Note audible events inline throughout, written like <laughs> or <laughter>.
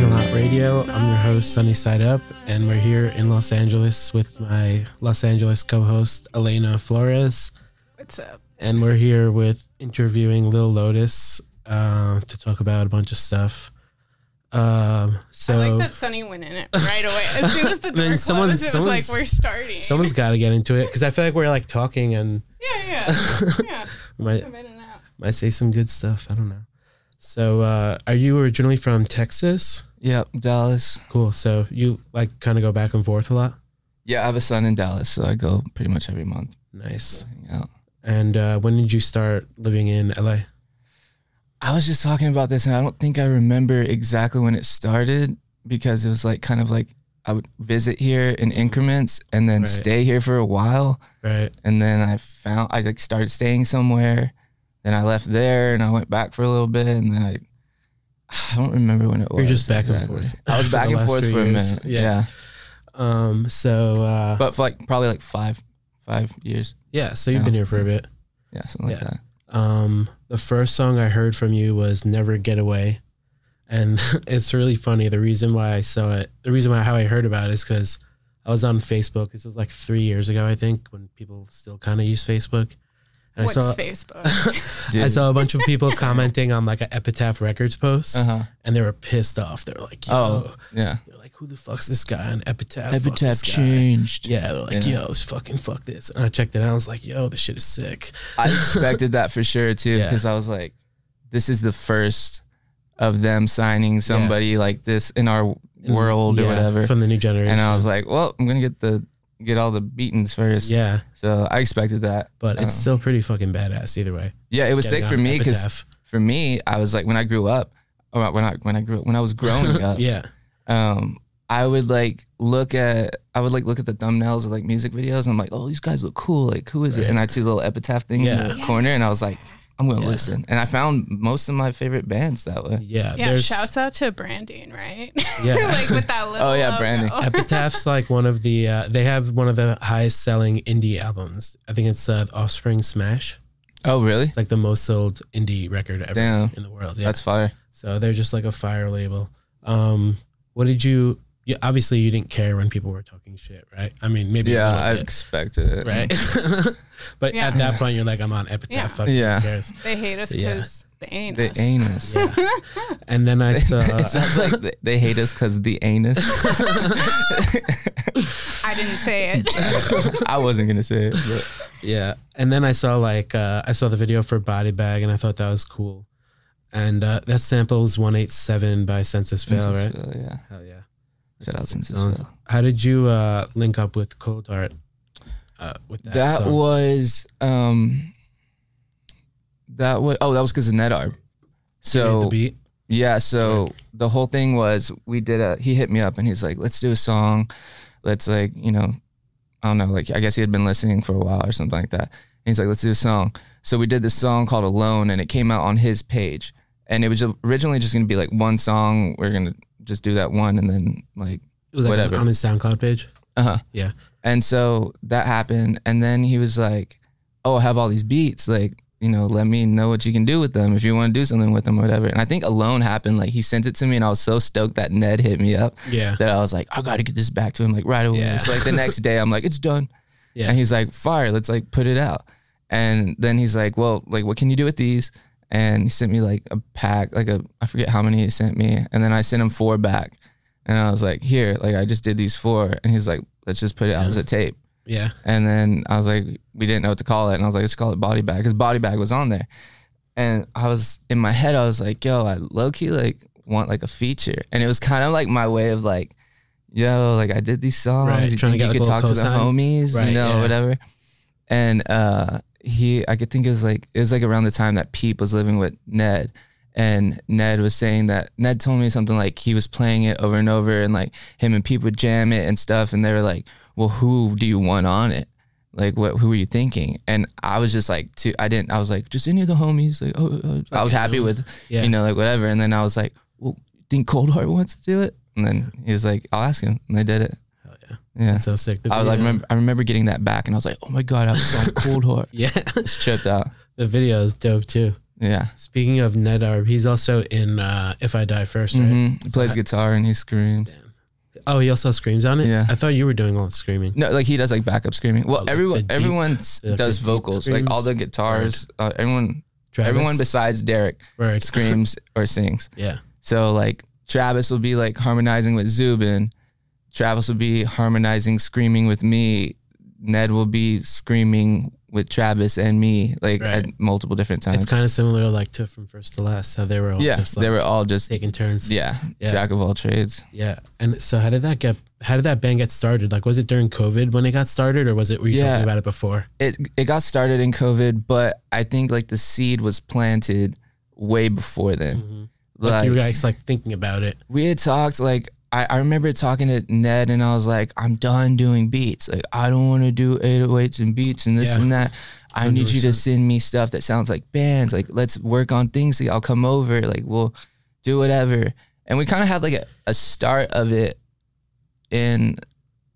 Radio. I'm your host, Sunny Side Up, and we're here in Los Angeles with my Los Angeles co host, Elena Flores. What's up? And we're here with interviewing Lil Lotus uh, to talk about a bunch of stuff. Um, so I like that Sunny went in it right away. As <laughs> soon as the door Then closed, someone- it was someone's- like we're starting. someone's got to get into it because I feel like we're like talking and yeah, <laughs> yeah, yeah. might, Come in and out. might say some good stuff. I don't know. So, uh, are you originally from Texas? Yep, Dallas. Cool. So you like kind of go back and forth a lot. Yeah, I have a son in Dallas, so I go pretty much every month Nice. to hang out. And uh, when did you start living in LA? I was just talking about this, and I don't think I remember exactly when it started because it was like kind of like I would visit here in increments and then Right. stay here for a while, Right. and then I found I like started staying somewhere, then I left there and I went back for a little bit, and then I <sighs> I don't remember when it was. You're just back and exactly. forth <laughs> I was <laughs> for the back and last forth few for a years. minute. Yeah. Yeah. Um. So uh, but for like probably like five five years. yeah. So you've yeah. been here for a bit. Yeah, something like Yeah. that. Um. The first song I heard from you was "Never Get Away," and <laughs> it's really funny. The reason why I saw it, the reason why how I heard about it is because I was on Facebook. This was like three years ago, I think, when people still kind of use Facebook. And What's I saw <laughs> Facebook? I saw a bunch of people commenting on like an Epitaph Records post, Uh huh. and they were pissed off. They were like, "Yo, Oh, yeah. they're like who the fuck's this guy on Epitaph? Fuck Epitaph this guy." changed. Yeah, they're like, Yeah. "Yo, fucking fuck this." And I checked it out. I was like, "Yo, this shit is sick." I expected that for sure too, Yeah. because I was like, this is the first of them signing somebody like this in our world Yeah, or whatever. from the new generation. And I was like, well, I'm gonna get the get all the beatings first. "Yeah," So I expected that. but it's Um, still pretty fucking badass either way. Yeah, it was Getting sick for on me because Epitaph. for me, I was like when I grew up, or when I when I grew up, when I was growing up, yeah, um, I would like look at I would like look at the thumbnails of like music videos and I'm like, oh, these guys look cool. Like, who is Right. it? And I'd see the little epitaph thing Yeah. in the corner, and I was like, I'm gonna Yeah. listen. And I found most of my favorite bands that way. yeah, yeah, shouts out to branding, right? <laughs> Yeah. like with that little. Oh, yeah, logo. branding. <laughs> Epitaph's like one of the uh, they have one of the highest selling indie albums. I think it's uh, Offspring Smash. Oh, really? It's like the most sold indie record ever Damn. in the world. Yeah. That's fire. So they're just like a fire label. Um, what did you? You obviously you didn't care when people were talking shit, right? I mean, maybe Yeah, a I little bit, expected it. right. <laughs> but Mm. Yeah. at that point, you're like, I'm on Epitaph. Yeah. Fuck yeah. Yeah. cares? They hate us Yeah. because they ain't <laughs> The us. anus. <laughs> And then I saw. it sounds like th- they hate us because the anus. <laughs> I didn't say it. <laughs> <laughs> I wasn't gonna say it. But yeah, and then I saw like uh, I saw the video for Body Bag, and I thought that was cool. And uh, that sample was 187 by Census Fail, Census right? Fail, yeah. Hell yeah! Shout That's out a sick Census song. Fail. How did you uh, link up with Cold Art? Uh, with that, That song? was um that was oh that was because of Nedarb. You made So the beat. Yeah, so the whole thing was we did a he hit me up and he's like, "Let's do a song. Let's like, you know, I don't know, like I guess he had been listening for a while or something like that." And he's like, "Let's do a song." So we did this song called Alone and it came out on his page. And it was originally just going to be like one song, we're going to just do that one and then like It was like whatever. on his SoundCloud page. uh-huh. Yeah. And so that happened. And then he was like, Oh, I have all these beats. Like, you know, let me know what you can do with them if you want to do something with them or whatever. And I think Alone happened. Like, he sent it to me, and I was so stoked that Ned hit me up Yeah. that I was like, I got to get this back to him, like, right away. Yeah. So, like, the next day, I'm like, It's done. Yeah. And he's like, Fire, let's like put it out. And then he's like, Well, like, what can you do with these? And he sent me like a pack, like a, I forget how many he sent me. And then I sent him four back. And I was like, Here, like, I just did these four. And he's like, Let's just put it out as a tape. Yeah. And then I was like, we didn't know what to call it. And I was like, let's call it body bag because body bag was on there. And I was in my head, I was like, yo, I low key like want like a feature. And it was kind of like my way of like, yo, like I did these songs. Right, You trying to think get, you like, could a little talk to the cosign. homies, Right, you know, yeah. whatever. And uh he, I could think it was like, it was like around the time that Peep was living with Ned. And Ned was saying that Ned told me something like he was playing it over and over, and like him and Pete would jam it and stuff. And they were like, "Well, who do you want on it? Like, what? Who were you thinking?" And I was just like, "Too." I didn't. I was like, "Just any of the homies." Like, oh, oh. I was happy with, Yeah. you know, like whatever. And then I was like, "Well, think Coldheart wants to do it?" And then he was like, "I'll ask him." And they did it. Hell yeah. Yeah. So sick. The I was like, video- remember, I <laughs> remember getting that back, and I was like, "Oh my god, I was on Coldheart." Yeah. <laughs> It's tripped out. the video is dope too. Yeah. Speaking of Ned Arb, he's also in uh, If I Die 1st right? Mhm. He plays guitar and he screams. Oh, he also screams on it. Yeah. I thought you were doing all the screaming. No, like he does like backup screaming. Well, like the everyone deep- everyone s- like the does deep vocals. Like all the guitars, uh, everyone Travis, everyone besides Derek <laughs> Word. screams or sings. Yeah, So like Travis will be like harmonizing with Zubin. Travis will be harmonizing screaming with me. Ned will be screaming with Travis and me like Right. at multiple different times. it's kind of similar like to from first to last. How they were all yeah, just like they were all just taking turns. yeah, Yeah. jack of all trades. Yeah. And so how did that get how did that band get started? Like was it during COVID when it got started or was it were you Yeah. talking about it before? It it got started in COVID, but I think like the seed was planted way before then. Mm-hmm. Like, you guys like thinking about it. we had talked like I, I remember talking to Ned and I was like, I'm done doing beats. Like I don't want to do 808s and beats and this Yeah. and that. I need you to send me stuff that sounds like bands. Like let's work on things. Like, I'll come over. Like we'll do whatever. And we kind of had like a, a start of it in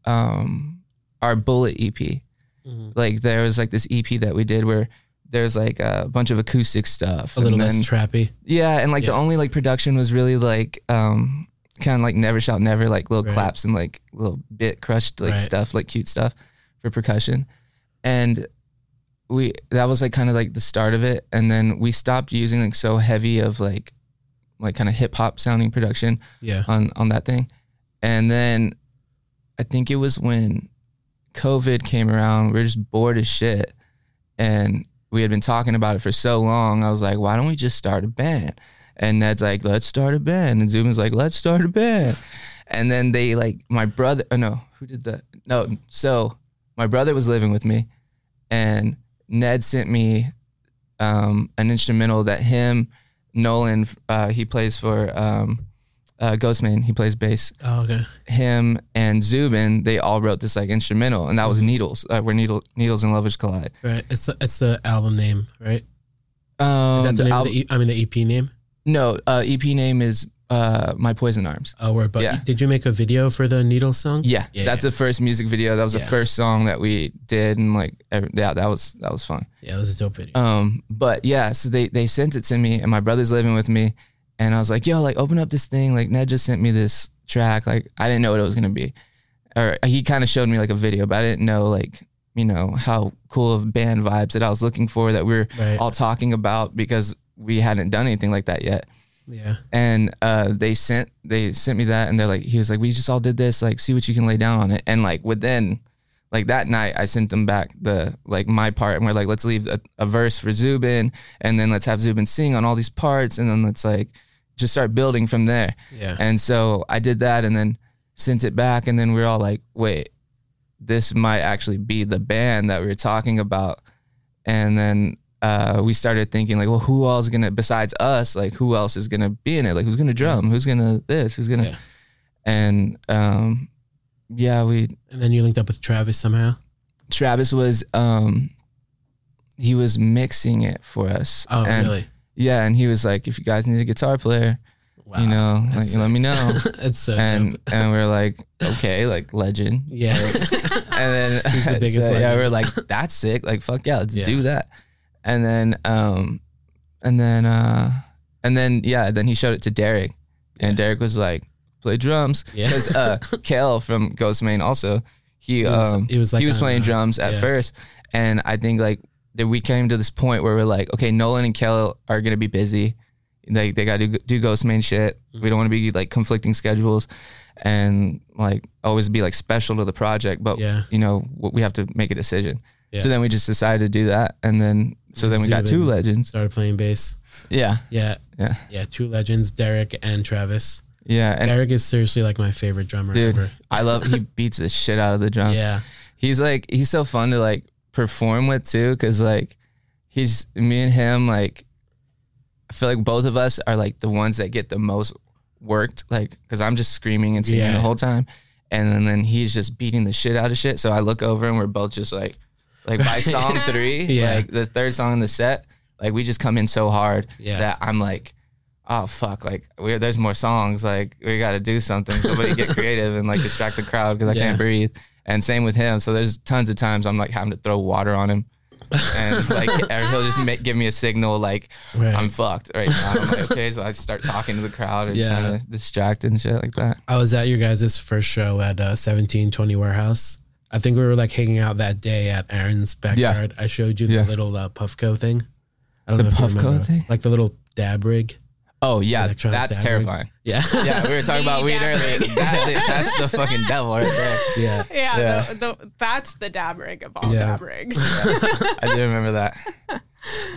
um our bullet E EP. Mm-hmm. Like there was like this EP that we did where there's like a bunch of acoustic stuff. A little and less then- trappy. yeah, and like the Yeah. only like production was really like um kind of like never shout never like little Right. claps and like little bit crushed like Right. stuff like cute stuff for percussion. And we that was like kind of like the start of it and then we stopped using like so heavy of like like kind of hip hop sounding production Yeah. on on that thing. And then I think it was when COVID came around, we were just bored as shit. And we had been talking about it for so long. I was like, why don't we just start a band? And Ned's like, let's start a band. And Zubin's like, let's start a band. And then they like my brother oh no, who did that? No, so my brother was living with me and Ned sent me um, an instrumental that him, Nolan, uh, he plays for um, uh, Ghostman, he plays bass. Oh, okay. Him and Zubin, they all wrote this like instrumental, and that Mm-hmm. was Needles, uh, where Needle, Needles and Lovers Collide. Right. It's the, it's the album name, right? Um, Is that the, name al- of the E- I mean the EP name? no, uh, EP name is uh, My Poison Arms. Oh, word. But Yeah. did you make a video for the Needle song? Yeah, Yeah, that's the first music video. That was the Yeah. first song that we did, and like, every, yeah, that was that was fun. Yeah, that was a dope video. Um, but yeah, so they they sent it to me, and my brother's living with me, and I was like, "Yo, like, open up this thing." Like, Ned just sent me this track. Like, I didn't know what it was gonna be, or he kind of showed me like a video, but I didn't know like you know how cool of band vibes that I was looking for that we were Right. all talking about because we hadn't done anything like that yet yeah. and uh, they sent they sent me that, and they're like, he was like, we just all did this, like, see what you can lay down on it, and like within, like that night, I sent them back the like my part, and we're like, let's leave a, a verse for Zubin, and then let's have Zubin sing on all these parts, and then let's like just start building from there. Yeah. And so I did that, and then sent it back, and then we are all like, wait, this might actually be the band that we were talking about, and then uh, we started thinking like, well, who else gonna besides us? Like, who else is gonna be in it? Like, who's gonna drum? Who's gonna this? Who's gonna? Yeah. And um, yeah, we And then you linked up with Travis somehow. Travis was um, he was mixing it for us. Oh, and, really? Yeah, and he was like, if you guys need a guitar player, Wow. you know, <laughs> like, that's let me <laughs> know. it's so and dope. and we are like, okay, like legend. Yeah. and then He's <laughs> the biggest so, yeah, legend. we were like, that's sick. Like, fuck yeah, let's Yeah. do that. And then, um, and then, uh, and then, yeah, then he showed it to Derek, and Derek was like, play drums, Yeah. because <laughs> uh, Kale from Ghost Main also he was- um he was, like, he was on, playing uh, drums at yeah. first, and I think like that we came to this point where we're like, okay, Nolan and Kale are gonna be busy. Like they gotta do, do Ghost Main shit. We don't want to be like conflicting schedules, and like always be like special to the project. But Yeah. you know w- we have to make a decision. Yeah. So then we just decided to do that, and then so then we got two Zubin. <laughs> legends. Started playing bass. Yeah, Yeah. yeah, Yeah. Two legends, Derek and Travis. yeah. And Derek is seriously like my favorite drummer dude, ever. I love he beats the shit out of the drums. Yeah. he's like he's so fun to like perform with too because like he's me and him like i feel like both of us are like the ones that get the most worked like because i'm just screaming and singing Yeah. the whole time and then, then he's just beating the shit out of shit so i look over and we're both just like like by song <laughs> three Yeah. like the third song in the set like we just come in so hard Yeah. that i'm like oh fuck like we there's more songs like we gotta do something <laughs> somebody get creative and like distract the crowd because i Yeah. can't breathe and same with him so there's tons of times i'm like having to throw water on him and <laughs> like or he'll just make, give me a signal like Right. I'm fucked right now. I'm like, okay, so I start talking to the crowd and Yeah. trying to distract and shit like that. I was at your guys' first show at uh, 1720 Warehouse. I think we were like hanging out that day at Aaron's backyard. I showed you the Yeah. little uh, Puffco thing. I don't The if you Puffco remember. thing? Like the little dab rig. Oh yeah, Electronic that's dab rig. terrifying. Yeah. Yeah, we were talking The about weed dab earlier. rig. That- that's the fucking devil right there. <laughs> yeah. Yeah, Yeah. The, the, that's the dab rig of all Yeah. dab rigs. I do remember that. That's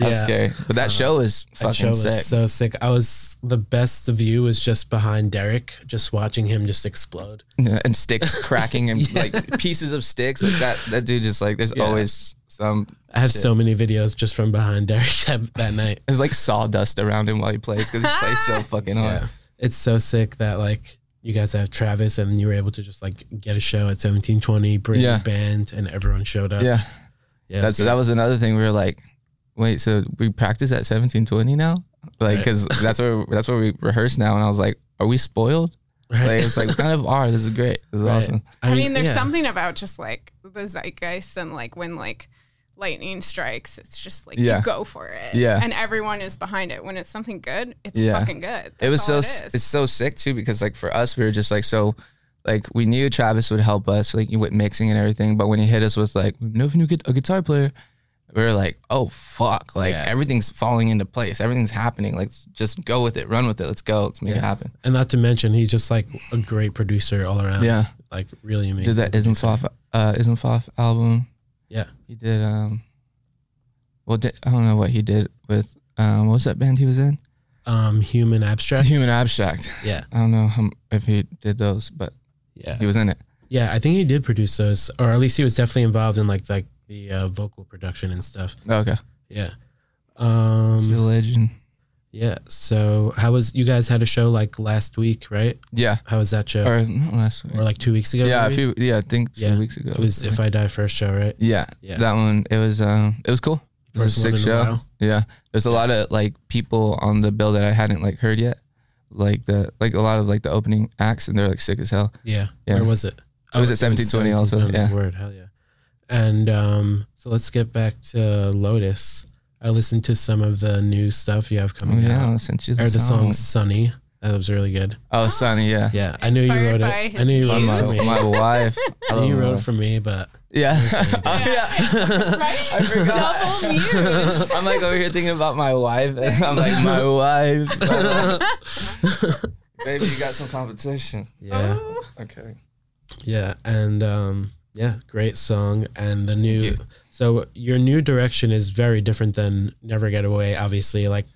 Yeah. Uh, scary. But that show is fucking That show sick. was so sick. I was the best view was just behind Derek, just watching him just explode. Yeah, <laughs> and sticks cracking <laughs> and like pieces of sticks like that. That dude just like there's always some. I have so many videos just from behind <laughs> Derek that, that night. There's like sawdust around him while he plays because he plays <laughs> so fucking hard. Yeah. It's so sick that like you guys have Travis and you were able to just like get a show at 1720, bring a Yeah. band and everyone showed up. Yeah, Yeah. that's that was another thing. We were like, wait, so we practice at seventeen twenty now, like Right. because that's where that's where we rehearse now. And I was like, are we spoiled? Like it's like we kind of are. This is great. This is Right. awesome. I mean, there's yeah. something about just like the zeitgeist and like when like lightning strikes, it's just like Yeah. you go for it. Yeah. And everyone is behind it. When it's something good, it's Yeah. fucking good. it That's was so all s is. it's so sick too because like for us we were just like so like we knew Travis would help us like with mixing and everything but when he hit us with like we know if you need a guitar player we were like oh fuck like everything's falling into place everything's happening like just go with it run with it let's go let's make it happen and not to mention he's just like a great producer all around. yeah Like really amazing. did that isn't Foff uh isn't Foff album Yeah. he did um well di- I don't know what he did with um what was that band he was in Um human abstract. Human Abstract Yeah. I don't know how, if he did those but Yeah. he was in it Yeah, I think he did produce those, or at least he was definitely involved in like like the uh, vocal production and stuff. okay Yeah. Um, legend. yeah. So how was you guys had a show like last week, right? Yeah, How was that show? Or, or not last week. like two weeks ago? yeah, a maybe? few. Yeah, I think two Yeah. weeks ago. it was if I die first show, right? yeah, Yeah. that one. It was. Um, it was cool. It First was a one sick in a show. while. Yeah, there's a lot of like people on the bill that I hadn't like heard yet, like the like a lot of like the opening acts, and they're like sick as hell. Yeah. Yeah. Where was it? I was at 1720 also, 1720, yeah. Word. Hell yeah. And um, so let's get back to Lotus. I listened to some of the new stuff you have Oh coming yeah, out. I sent you the, Or the song song. Sunny. That was really good. Oh, Sonny, yeah. Yeah, I knew you Inspired wrote by it. I knew you his wrote On it my, for me. my wife. I I knew <laughs> love you my wrote it wife. for me, but Yeah. <laughs> <laughs> oh, Yeah. yeah. <laughs> right? I forgot. <laughs> Double muse. I'm like over here thinking about my wife, <laughs> and I'm like, my <laughs> wife. my wife. Baby, you got some competition. yeah, Ooh. Okay. yeah, and um, yeah, great song. And the new, you. so your new direction is very different than Never Get Away. Obviously, like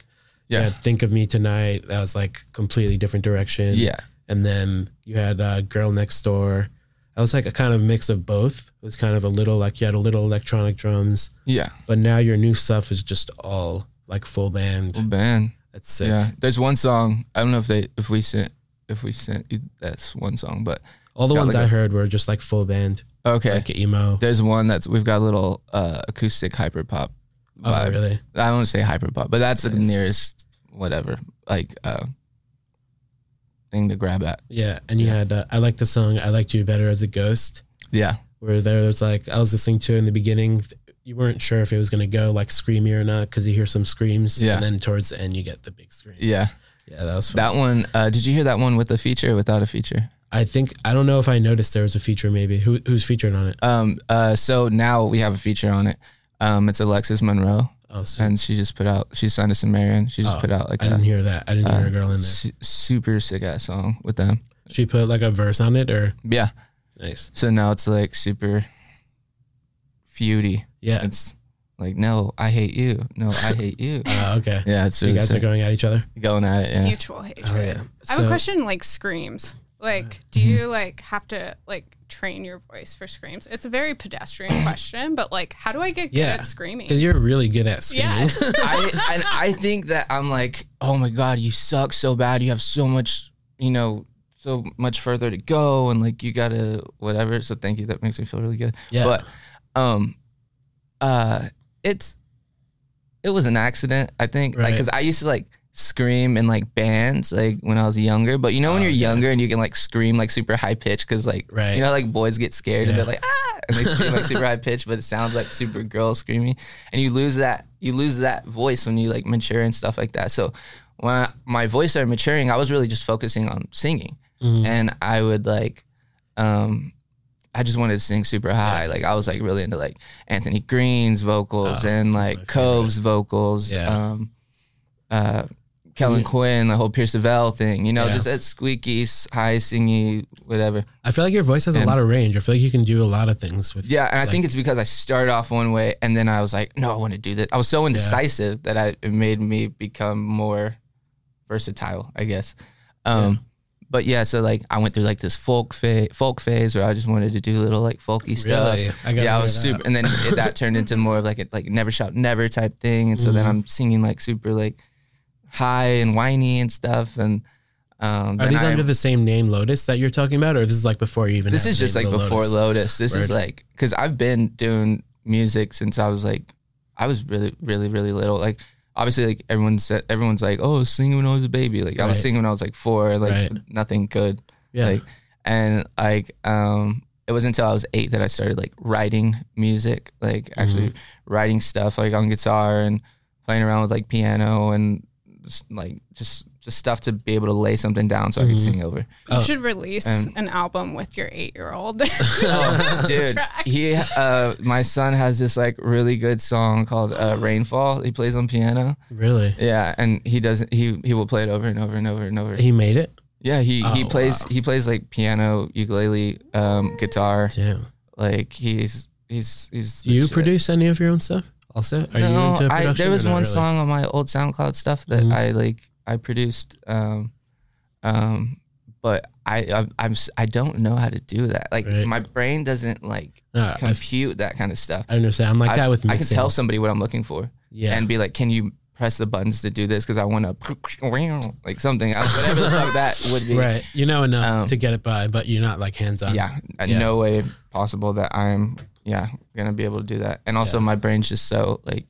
yeah, Yeah. Think of Me Tonight. That was like completely different direction. Yeah. and then you had uh, Girl Next Door. That was like a kind of mix of both. It was kind of a little like you had a little electronic drums, Yeah. but now your new stuff is just all like full Well, band. man. That's sick. Yeah. There's one song. I don't know if they if we sent if we sent you that's one song, but All the Got ones like I a- heard were just like full band, okay. like emo. There's one that's we've got a little uh, acoustic hyper pop Oh, vibe. really? I don't say hyper pop, but that's the Nice. nearest whatever like uh, thing to grab at. Yeah. And you had, uh, I liked the song I Liked You Better as a Ghost, Yeah. where there was like, I was listening to it in the beginning. th- You weren't sure if it was going to go like screamy or not because you hear some screams. Yeah. And then towards the end, you get the big scream. Yeah. Yeah, that was fun. That one. Uh, did you hear that one with a feature or without a feature? I think, I don't know if I noticed there was a feature maybe. Who, who's featured on it? Um. Uh. So now we have a feature on it. Um. It's Alexis Monroe, Oh, so and she just put out. She signed us to Marion. She just Oh, put out like I a didn't hear that. I didn't hear uh, a girl in there. su- super sick ass song with them. She put like a verse on it or? Yeah. Nice. So now it's like super feudy. Yeah. It's like no, I hate you. No, I hate you. Uh, okay. <laughs> yeah, it's So you really guys are sick. going at each other? going at it. Yeah. Mm-hmm. Mutual hatred. Oh, yeah. I have a So- question like screams. Like, do you like have to like train your voice for screams? It's a very <coughs> pedestrian question, but like, how do I get Yeah. good at screaming? Because you're really good at screaming. Yeah. I and I think that I'm like, oh my god, you suck so bad. You have so much, you know, so much further to go, and like you gotta whatever. So thank you. That makes me feel really good. <laughs> Yeah. But, um, uh, it's it was an accident. I think like Right. because I used to like scream in like bands like when I was younger. But you know when Oh, you're yeah. younger and you can like scream like super high pitched because like Right. you know like boys get scared and Yeah. they're like ah and they scream like super high pitched, but it sounds like super girl screaming. And you lose that you lose that voice when you like mature and stuff like that. So when I, my voice started maturing, I was really just focusing on singing, Mm-hmm. Mm. and I would like, um, I just wanted to sing super high. Like I was like really into like Anthony Green's vocals Oh, and my like favorite. Cove's vocals. Yeah. Um, uh, Kellen Quinn, the whole Pierce Savelle thing, you know, Yeah. just that squeaky, s- high singy, whatever. I feel like your voice has a And- lot of range. I feel like you can do a lot of things with Yeah, and I think it's because I started off one way, and then I was like, no, I want to do this. I was so indecisive that I it made me become more versatile, I guess. Um, But yeah, so like I went through like this folk phase, folk phase where I just wanted to do little like folky stuff. Really? I gotta yeah, I hear was that. super, and then <laughs> it, that turned into more of like a like never shout never type thing, and so Mm-hmm. then I'm singing like super like high and whiny and stuff, and um, Are then these I- under the same name Lotus that you're talking about, or this is like before you even? this had is the just name like Little before Lotus? Lotus. This is Word. like because I've been doing music since I was like I was really really really little. Like obviously like everyone said everyone's like oh singing when I was a baby. Like I was Right. singing when I was like four. Like Right. nothing good. Yeah. Like and like um it wasn't until I was eight that I started like writing music. Like actually Mm-hmm. writing stuff like on guitar and playing around with like piano and s- like just just stuff to be able to lay something down so I Mm-hmm. could sing over. You should release oh. And- an album with your eight year <laughs> old. <laughs> Oh, <laughs> dude, track. he, uh, my son has this like really good song called uh, "Rainfall." He plays on piano. <laughs> Really? Yeah, and he doesn't. He he will play it over and over and over and over. He made it. yeah, he he Oh, plays he plays like piano, ukulele, um, guitar. Damn. Like he's he's he's. Do the you shit. produce any of your own stuff? Also, are you no, into production? I, there or was not one really? Mm-hmm. song on my old SoundCloud stuff that I like. I produced, um, um, but I I'm, I'm s- I don't know how to do that. Like Right. my brain doesn't like No, I- compute that kind of stuff. Ah, I understand. I'm like that I've- with I mixing. can tell somebody what I'm looking for. Yeah. And be like, can you press the buttons to do this? Because I want to, <laughs> like something, I- whatever the fuck that would be. Right. You know enough Um, to get it by, but you're not like hands on. Yeah. uh, Yeah. No way possible that I'm, yeah, gonna be able to do that. And also, my brain's just so like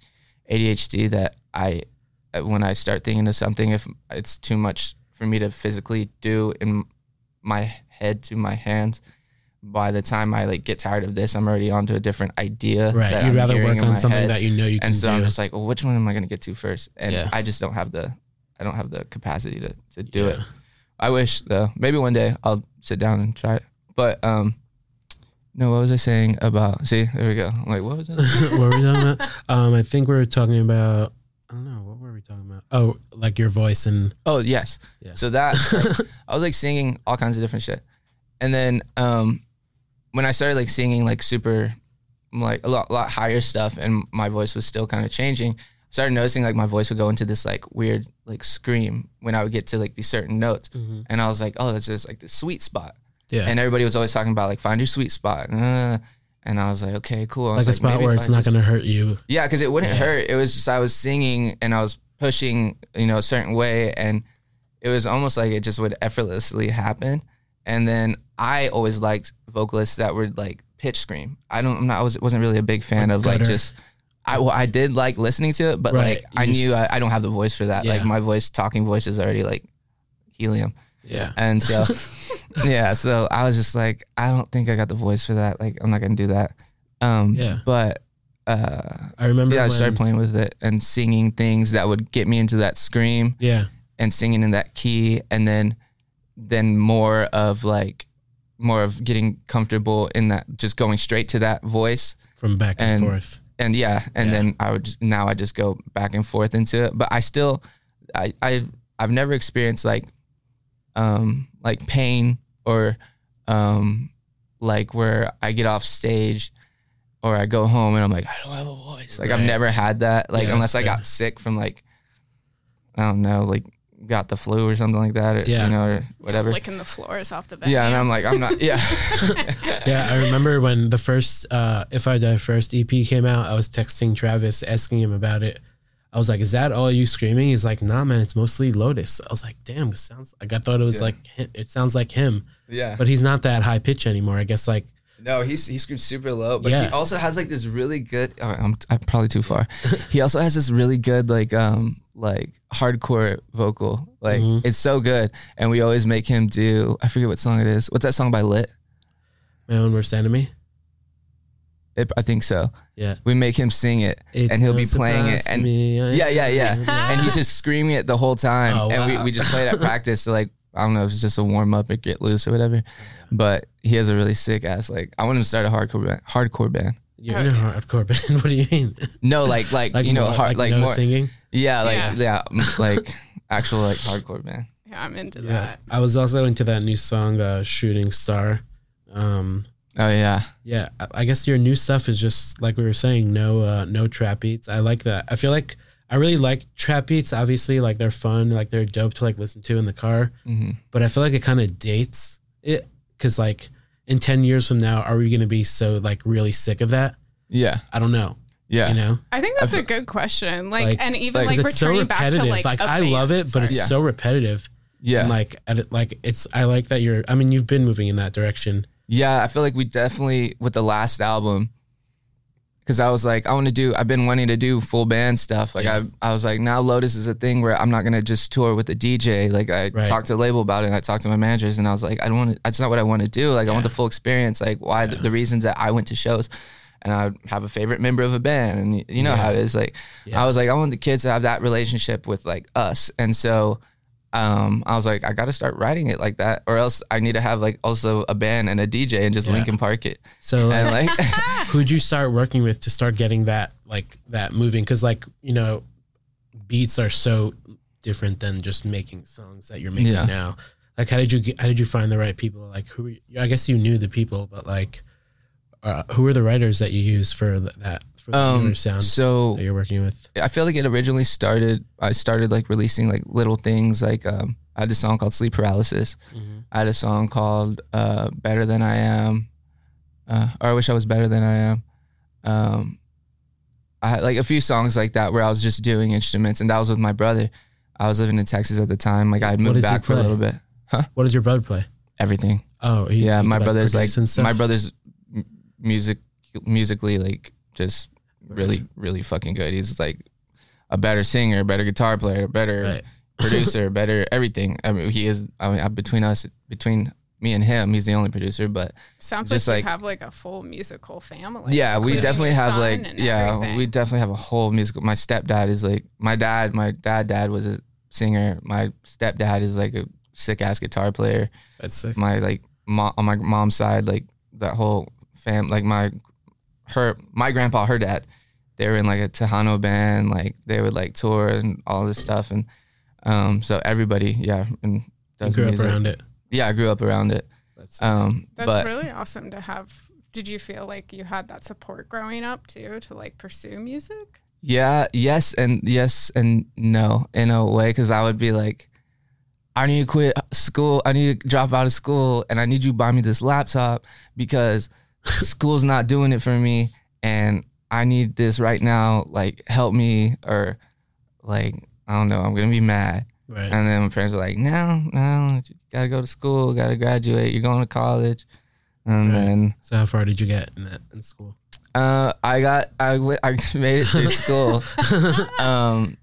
ADHD that I, uh, when I start thinking of something, if it's too much for me to physically do in my head to my hands. By the time I like get tired of this, I'm already onto a different idea. Right. that You'd I'm rather hearing work in on my something head that you know you can and so do. I'm just like, well, which one am I going to get to first? And Yeah. I just don't have the, I don't have the capacity to, to do it. Yeah. I wish though, maybe one day I'll sit down and try it. But um, no, what was I saying about? See, there we go. I'm like, what was I? <laughs> what were we talking about? Um, I think we were talking about. I don't know. What were we talking about? Oh, like your voice <laughs> and oh yes. Yeah. So that like, I was like singing all kinds of different shit, and then um, when I started like singing like super, like a lot lot higher stuff, and my voice was still kind of changing. I started noticing like my voice would go into this like weird like scream when I would get to like these certain notes, and I was like, oh, that's just like the sweet spot. Mm-hmm. yeah, And everybody was always talking about like find your sweet spot, uh, and I was like, okay, cool. I was like a spot maybe where if it's I not just- going to hurt you. yeah, because it wouldn't hurt. It was just I was singing and I was pushing, you know, a certain way, and it was almost like it just would effortlessly happen. And then I always liked vocalists that were like pitch scream. I don't, I'm not, I was, wasn't really a big fan of like gutter. just. I, well, I did like listening to it, but Right, like I you knew I, s- I don't have the voice for that. Like Yeah. my voice, talking voice is already like helium. Yeah, <laughs> And so, yeah, so I was just like, I don't think I got the voice for that. Like, I'm not gonna do that. Um, Yeah. But uh, I remember. yeah, I when, started playing with it and singing things that would get me into that scream Yeah, and singing in that key, and then then more of like more of getting comfortable in that, just going straight to that voice. from back and, And- forth. And yeah, and Yeah. then I would just, now I just go back and forth into it. But I still, I, I I've never experienced like um, like pain or um, like where I get off stage or I go home and I'm like, I don't have a voice. Like I've Right. never had that. Like Yeah, unless I yeah. got sick from like, I don't know, like got the flu or something like that, or, Yeah. you know, or whatever. Licking the floors off the bed. yeah, <laughs> and I'm like, I'm not. Yeah, Yeah, I remember when the first uh, "If I Die First EP came out. I was texting Travis, asking him about it. I was like, "Is that all you screaming?" He's like, "Nah, man, it's mostly Lotus." I was like, "Damn, it sounds like I thought it was Yeah. like him. it sounds like him, <laughs> yeah. but he's not that high pitch anymore." I guess like No, he's, he screams super low, but Yeah. he also has like this really good. Oh, I'm, I'm probably too far. <laughs> he also has this really good like um like hardcore vocal. Like it's so good, and we always make him do. I forget what song it is. What's that song by Lit? my own worst enemy. It, I think so. Yeah. We make him sing it, It's and he'll no be playing surprise it, to and me, I- yeah, yeah, yeah, and he's just screaming it the whole time. Ah. Oh, And wow. we, we just played <laughs> at practice to like I don't know, if it's just a warm up or get loose or whatever. But he has a really sick ass. Like I want him to start a hardcore band. Hardcore band. You're in a hardcore <laughs> band. What do you mean? No, like like, you know, more- hard like, no more. singing. Yeah, like Yeah. yeah, mm, like <laughs> actual like hardcore band. <laughs> Yeah, I'm into Yeah. that. I was also into that new song, uh, "Shooting Star." Um, Oh yeah, yeah, I- I guess your new stuff is just like we were saying, no, uh, no trap beats. I like that. I feel like I really like trap beats. Obviously, like they're fun, like they're dope to like listen to in the car. hmm But I feel like it kind of dates it because like in ten years from now, are we gonna be so like really sick of that? yeah, I don't know. yeah. You know, I think that's I a good question. Like, Like- and even like, like, 'Cause it's so returning back to repetitive. like, Like, a I love band. it, but it's Yeah. so repetitive. Yeah. And like, I d- like it's, I like that you're, I mean, you've been moving in that direction. yeah, I feel like we definitely with the last album cuz I was like I want to do I've been wanting to do full band stuff. Like I I was like now Lotus is a thing where I'm not going to just tour with a DJ. Like I Right. talked to the label about it and I talked to my managers and I was like I don't want to that's not what I want to do. Like I want the full experience. Like why the, the reasons that I went to shows and I would have a favorite member of a band and y- you know how it is like I was like I want the kids to have that relationship with like us. And so um, I was like, I got to start writing it like that, or else I need to have like also a band and a DJ and just Linkin Park it. So And like, like, <laughs> who'd you start working with to start getting that, like that moving? Cause like, you know, beats are so different than just making songs that you're making Yeah. now. Like, how did you get, how did you find the right people? Like who, were you, I guess you knew the people, but like, uh, who were the writers that you used for th- that, for the newer <laughs> um, sound so that you're working with? I feel like it originally started. I started like releasing like little things. Like um, I had this song called Sleep Paralysis. Mm-hmm. I had a song called uh, Better Than I Am, uh, or I Wish I Was Better Than I Am. Um, I had like a few songs like that where I was just doing instruments, and that was with my brother. I was living in Texas at the time. Like I had What moved does he back for a play? little bit. What does your brother play? Everything. Oh, he- yeah, he, my brother's like produce and stuff? my brother's m- music musically like just really really fucking good. He's like a better singer, better guitar player, better Right. <laughs> producer, better everything. I mean, he is. I mean, uh, between us, between me and him, he's the only producer. But <laughs> Sounds Just like, like- you have like a full musical family. yeah, we including definitely your have son like and yeah, everything. we definitely have a whole musical. My stepdad is like my dad. My dad dad was a singer. My stepdad is like a sick ass guitar player. That's sick. my like mom on my mom's side, like that whole fam, like my her my grandpa, her dad, they were in like a Tejano band, like they would like tour and all this stuff, and um, so everybody, yeah, and You does grew up music. around it. Yeah, I grew up around it. That's Um, That's but really awesome to have. Did you feel like you had that support growing up too to like pursue music? Yeah, yes, and yes, and no, in a way, because I would be like, I need to quit school. I need to drop out of school, and I need you to buy me this laptop because school's not doing it for me, and I need this right now. Like, help me, or like, I don't know, I'm gonna be mad. right. And then my parents are like, no, no, you gotta go to school, gotta graduate, you're going to college. And Right. then so how far did you get in that in school? uh, I got I went, I <laughs> made it through school, um,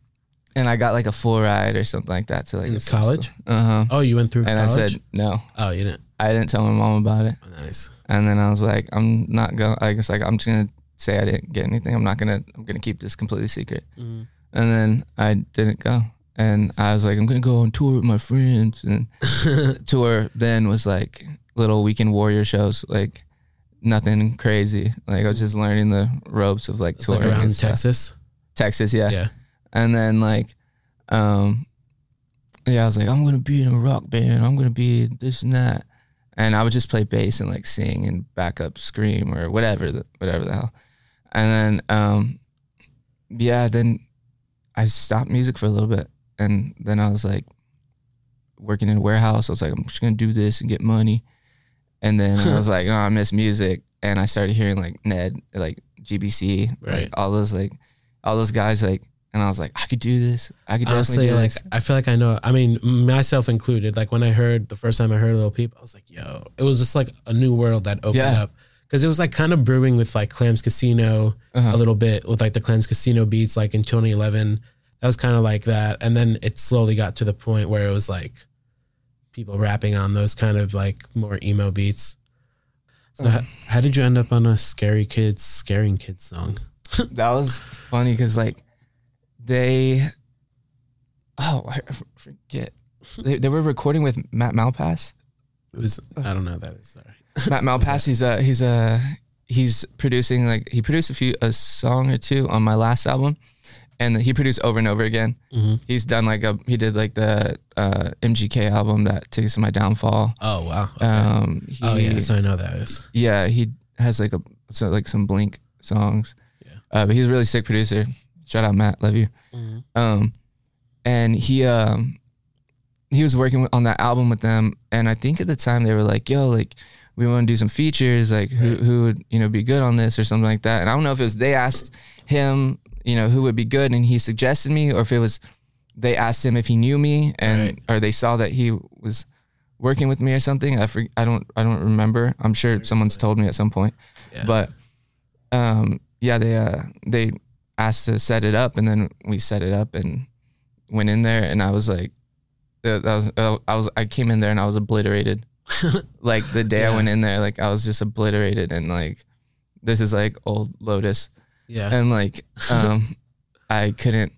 and I got like a full ride or something like that to like In a college? Uh huh. Oh, you went through And I college. said no. oh, you didn't. I didn't tell my mom about it. Oh, nice. And then I was like, I'm not going. I was like, I'm just gonna say I didn't get anything. I'm not gonna. I'm gonna keep this completely secret. Mhm. And then I didn't go. And I was like, I'm gonna go on tour with my <laughs> friends. And tour then was like little weekend warrior shows, like nothing crazy. Like I was just learning the ropes of like Mm-hmm. It's touring like around and stuff. Texas. Texas, yeah. Yeah. And then like, um, yeah, I was like, I'm gonna be in a rock band. I'm gonna be this and that. And I would just play bass and like sing and back up scream or whatever, the, whatever the hell. And then, um, yeah, then I stopped music for a little bit, and then I was like, working in a warehouse. I was like, I'm just gonna do this and get money. And then I was like, oh, I miss music, and I started hearing like Ned, like GBC, Right. like all those like all those guys like and I was like, I could do this. I could Honestly, definitely do like this. I feel like I know. I mean, myself included. Like when I heard the first time I heard Little Peep, I was like, "Yo!" It was just like a new world that opened Yeah. up because it was like kind of brewing with like Clams Casino a Uh-huh. little bit with like the Clams Casino beats, like in 2011. That was kind of like that, and then it slowly got to the point where it was like people rapping on those kind of like more emo beats. So, h- how did you end up on a scary kids, scaring kids song? <laughs> that was funny because like they oh i forget they, they were recording with <laughs> matt malpass It was I don't know what that is sorry. matt malpass he's a he's a he's producing like he produced a few a song or two on my last album and he produced over and over again Mm-hmm. he's done like a he did like the uh mgk album that takes to my downfall Oh wow. um he, oh yeah, so I know what that is. yeah he has like a so like some blink songs Yeah. Mm-hmm. uh, but he's a really sick producer shout out matt love you um, and he um, he was working with- on that album with them, and I think at the time they were like, "Yo, like we want to do some features, like who who would you know be good on this or something like that." And I don't know if it was they asked him, you know, who would be good, and he suggested me, or if it was they asked him if he knew me and Right. or they saw that he was working with me or something. I for, I don't I don't remember. I'm sure someone's told me at some point, Yeah. but um, yeah, they uh, they asked to set it up, and then we set it up and went in there, and I was like, that that was uh, I was I came in there and I was <laughs> obliterated. like the day I Yeah. went in there, like I was just obliterated, and like this is like old Lotus, Yeah. and like <laughs> um, I couldn't.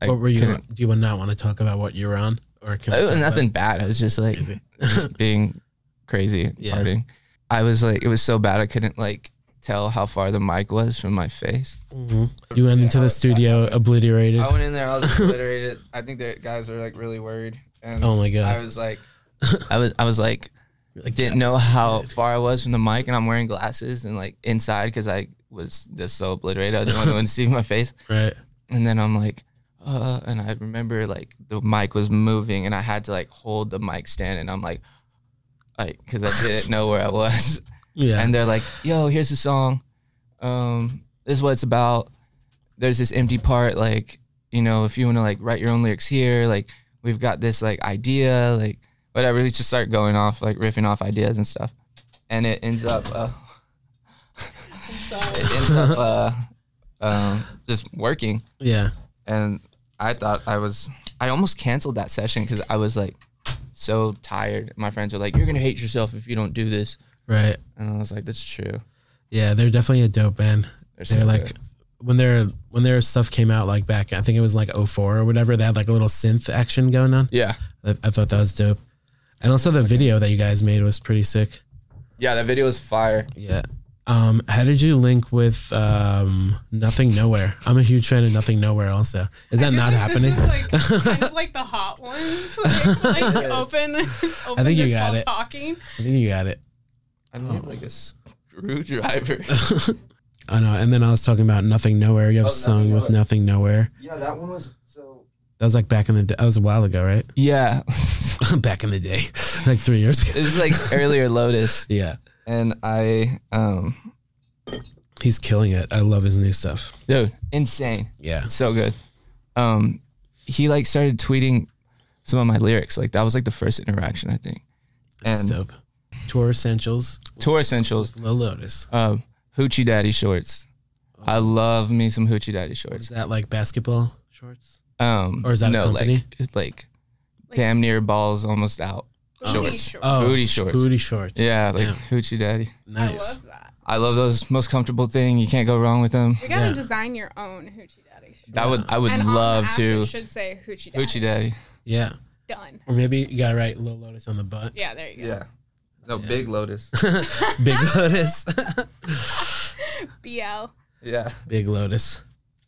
I what were you? couldn't- on? Do you not want to talk about what you were on, or can we it talk was about <laughs> nothing bad. I was just it? like Easy. just being crazy, Yeah. partying. I was like, it was so bad I couldn't like tell how far the mic was from my face. You went Yeah, into I the was- I- studio obliterated. I went in there, I was obliterated. I think the guys were like really worried, and Oh my I god! was like, I was I was <laughs> like, Like, didn't know how far I was from the mic, and I'm wearing glasses and like inside because I was just so obliterated. I didn't want anyone to see my face. Right. And then I'm like, uh, and I remember like the mic was moving, and I had to like hold the mic stand, and I'm like, like because I didn't know where I was. Yeah. And they're like, "Yo, here's the song. Um, this is what it's about. There's this empty part. Like, you know, if you want to like write your own lyrics here, like we've got this like idea, like whatever. We just start going off like riffing off ideas and stuff, and it ends up, uh, <laughs> it ends up uh, um, just working. yeah. And I thought I was, I almost canceled that session because I was like so tired. My friends were like, "You're gonna hate yourself if you don't do this," Right. and I was like, "That's true." Yeah. They're definitely a dope band. They're They're so like good. when their when their stuff came out, like back I think it was like 04 or whatever. They had like a little synth action going on. yeah, I, I thought that was dope. And also the video that you guys made was pretty sick. yeah. That video is fire. Yeah. Um, how did you link with um, Nothing Nowhere? I'm a huge fan of Nothing Nowhere. Also, is that I feel not like <laughs> happening? <laughs> This is like, kind of like the hot ones. Like, like open, open think you this got while it. talking. I think you got it. <laughs> I need like a screwdriver. I know. And then I was talking about Nothing Nowhere. You have a Oh, song Nothing with Nowhere. Nothing Nowhere. yeah, that one was so. That was like back in the day. That was a while ago, right? <laughs> Yeah, <laughs> back in the day, like three years ago. this is like earlier Lotus, Yeah. and I um, He's killing it. I love his new stuff. dude, insane. Yeah. so good. Um, he like started tweeting some of my lyrics. Like that was like the first interaction, I think. It's And dope. Tour Essentials, tour essentials, Low Lotus. uh, hoochie daddy shorts. I love me some hoochie daddy Is shorts. that like basketball shorts? Um, Or is that a no, company? like like damn near balls almost out Booty shorts. shorts. Oh, Booty shorts. Booty shorts. Yeah, like Damn. hoochie daddy. I Nice. love that. I love those. Most comfortable thing. You can't go wrong with them. You gotta Yeah. design your own hoochie daddy. Shorts. That would I would And on the love app, to It should say hoochie daddy. hoochie daddy. Yeah. Done. Or maybe you gotta write Low Lotus on the butt. Yeah, there you go. No, big <laughs> lotus. <laughs> Big Lotus. <laughs> BL. yeah. Big Lotus.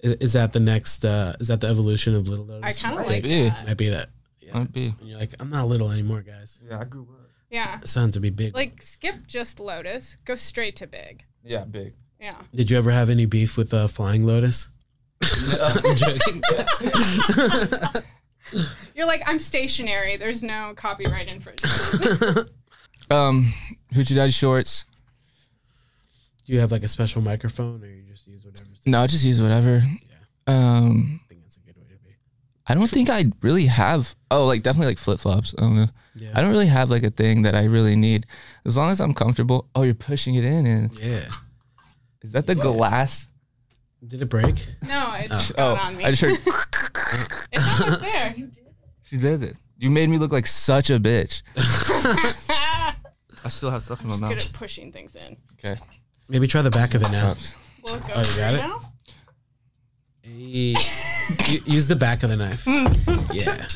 I- Is that the next? uh Is that the evolution of Little I Lotus? kind of like Maybe. that. Might be that. Yeah. Might be. And you're like, I'm not little anymore, guys. Yeah, I grew up. Yeah. It's time to be big. Like skip just Lotus, go straight to Big. Yeah, big. Yeah. Did you ever have any beef with uh, Flying Lotus? <laughs> I'm joking. You're like, I'm stationary. There's no copyright <laughs> infringement. Um, Hoochie Daddy shorts. Do you have like a special microphone, or you just use whatever? No, I just use whatever. Um, I think that's a good way to be. I don't think I really have. Oh, like definitely like flip flops. I don't know. Yeah. I don't really have like a thing that I really need. As long as I'm comfortable. Oh, you're pushing it in, and Yeah. is that the glass? Did it break? No, it just Oh, got on me. I <laughs> just heard it's almost there. <laughs> <laughs> she did it. You made me look like such a bitch. I still have stuff in my Just good mouth. at pushing things in. Okay. Um, Maybe try the back of it now. Will it go Oh, you through got it? now? Hey. U- Use the back of the <laughs> knife. Yeah.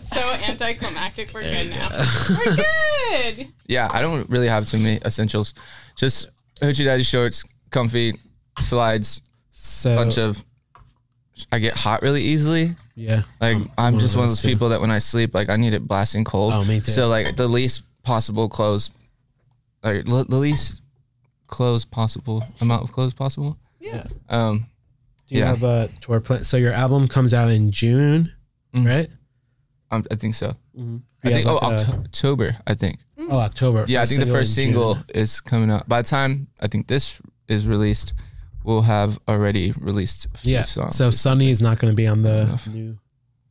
So anticlimactic. We're good now. <laughs> We're good. Yeah, I don't really have too many essentials. Just hoochie daddy shorts, comfy slides, So bunch of. I get hot really easily. yeah. Like I'm one just of one of those those too. people that when I sleep, like I need it blasting cold. Oh, me too. So like the least possible clothes, like l- the least clothes possible amount of clothes possible. Yeah. Um, Do you Yeah. have a tour plan? So your album comes out in June, Mhm. right? I'm, I think so. Mm-hmm. I think oh Octo- October. I think. oh October. Yeah, I think the first in single June. is coming out. By the time I think this is released, we'll have already released a few Yeah. songs. So Sunny is not going to be on the Enough. new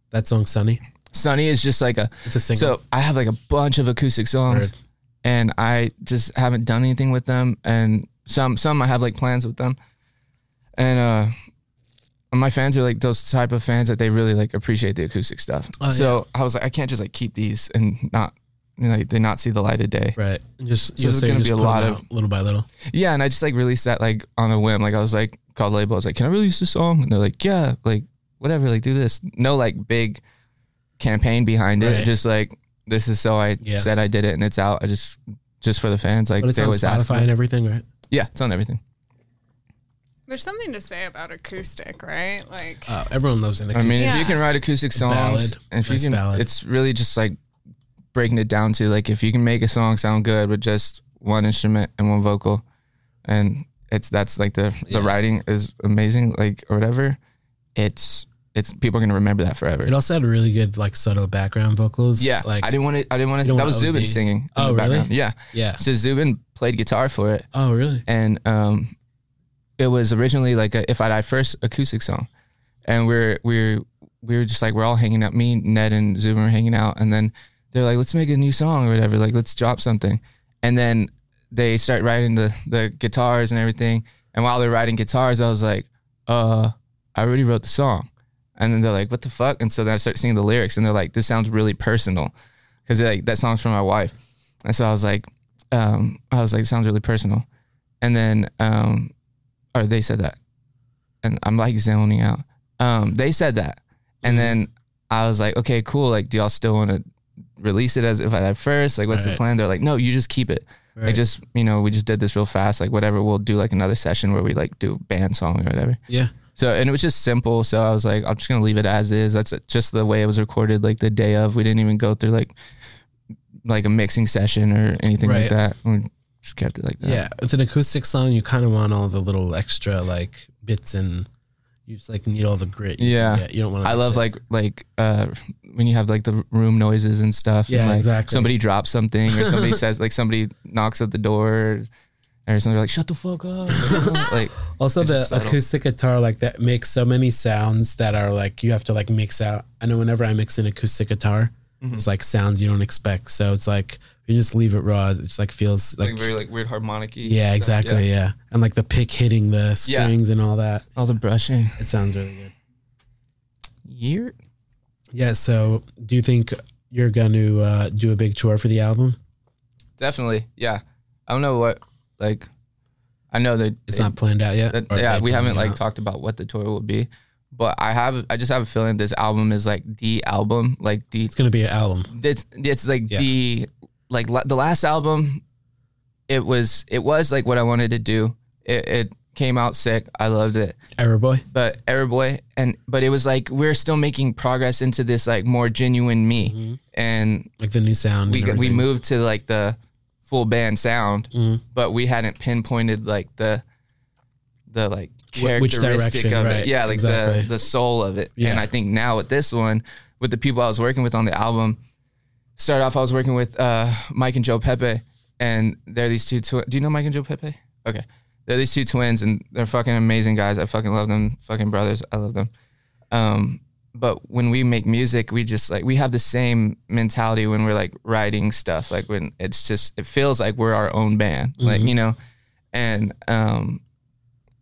that song Sunny. Sunny is just like a It's a single. So I have like a bunch of acoustic songs, Word. and I just haven't done anything with them. And some some I have like plans with them, and uh, and my fans are like those type of fans that they really like appreciate the acoustic stuff. Oh, so I was like, I can't just like keep these and not you know, like they not see the light of day. right. And just So you'll there's say you gonna just be a put 'em lot of- out little by little. Yeah, and I just like released that like on a whim. Like I was like called label. I was like, "Can I release this song?" And they're like, "Yeah, like whatever, like do this." No like big campaign behind it. Right. Just like this is so I Yeah. said I did it and it's out. I just just for the fans. Like But it's they on always ask. Spotify me. and everything, right? Yeah, it's on everything. There's something to say about acoustic, right? Like Uh, everyone loves an I mean, acoustic. if Yeah. you can write acoustic songs, ballad. and if Nice you can, ballad. it's really just like breaking it down to like if you can make a song sound good with just one instrument and one vocal, and it's that's like the the writing is amazing, like or whatever. It's it's people are gonna remember that forever. It also had really good like subtle background vocals. yeah, Like I didn't want to. I didn't want to. don't That want was Zubin OD. singing. in Oh, the really? background. Yeah. yeah. So Zubin played guitar for it, Oh really? and um, it was originally like a if I die first acoustic song, and we're we're we were just like we're all hanging out. Me, Ned, and Zuma were hanging out, and then they're like, let's make a new song or whatever. Like let's drop something, and then they start writing the the guitars and everything. And while they're writing guitars, I was like, uh, I already wrote the song. And then they're like, what the fuck? And so then I start singing the lyrics, and they're like, this sounds really personal, because like that song's for my wife. And so I was like, um, I was like, it sounds really personal. And then, um, or they said that, and I'm like zoning out. Um, they said that, and then I was like, okay, cool. Like, do y'all still want to release it as if I had first? Like, what's the Right. plan? They're like, no, you just keep it. Right. Like just you know, we just did this real fast. Like whatever, we'll do like another session where we like do a band song or whatever. yeah. So and it was just simple. So I was like, I'm just gonna leave it as is. That's just the way it was recorded. Like the day of, we didn't even go through like like a mixing session or anything Right. like that. We just kept it like that. Yeah, it's an acoustic song. You kind of want all the little extra like bits and you just like need all the grit. you can Yeah. get. you don't want. I love like like uh when you have like the room noises and stuff. and, Yeah, like, exactly. Somebody drops something or <laughs> somebody says like somebody knocks at the door or something like shut the fuck <laughs> up. like also it's the just subtle. acoustic guitar like that makes so many sounds that are like you have to like mix out. I know whenever I mix an acoustic guitar, Mm-hmm. it's like sounds you don't expect. So it's like you just leave it raw. It just like feels like, like weird harmonic. yeah, exactly, yeah. and like the pick hitting the Yeah. strings and all that. All the brushing. It sounds really good. Year. Yeah. So do you think you're gonna uh, do a big tour for the album? Definitely, yeah. I don't know what like. I know that It's they- not planned out yet. that- Or yeah, they we planned haven't it like out? talked about what the tour will be, but I have. I just have a feeling this album is like the album, like the It's gonna be an album. it's it's like Yeah. the like la- the last album. It was it was like what I wanted to do. It, it came out sick. I loved it. Arrow Boy. but Arab boy and but it was like we're still making progress into this like more genuine me and Like the new sound. we and got- we everything. Mm-hmm. moved to like the full band sound, but we hadn't pinpointed like the the like Wh- which characteristic direction, of right, it. Yeah, like exactly. the the soul of it. Yeah. And I think now with this one, with the people I was working with on the album, started off I was working with uh, Mike and Joe Pepe, and they're these two. Twi- Do you know Mike and Joe Pepe? Okay, they're these two twins, and they're fucking amazing guys. I fucking love them. Fucking brothers, I love them. Um, but when we make music, we just like we have the same mentality when we're like writing stuff. Like when it's just it feels like we're our own band, like you know, and um,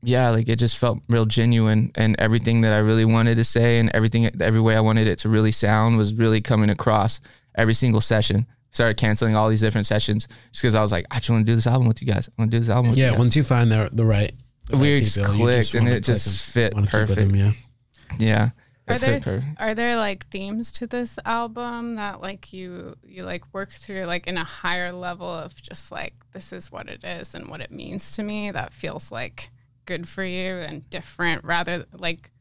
yeah, like it just felt real genuine, and everything that I really wanted to say, and everything every way I wanted it to really sound was really coming across every single session. started canceling all these different sessions just because I was like, I just want to do this album with you guys. I want to do this album with Yeah, you guys. once you find the the right, the We right just people, you clicked and wanna it click just them, fit wanna click with perfect. them, yeah. yeah. Are It fit there- perfect. Are there like themes to this album that like you you like work through like in a higher level of just like this is what it is and what it means to me that feels like good for you and different rather like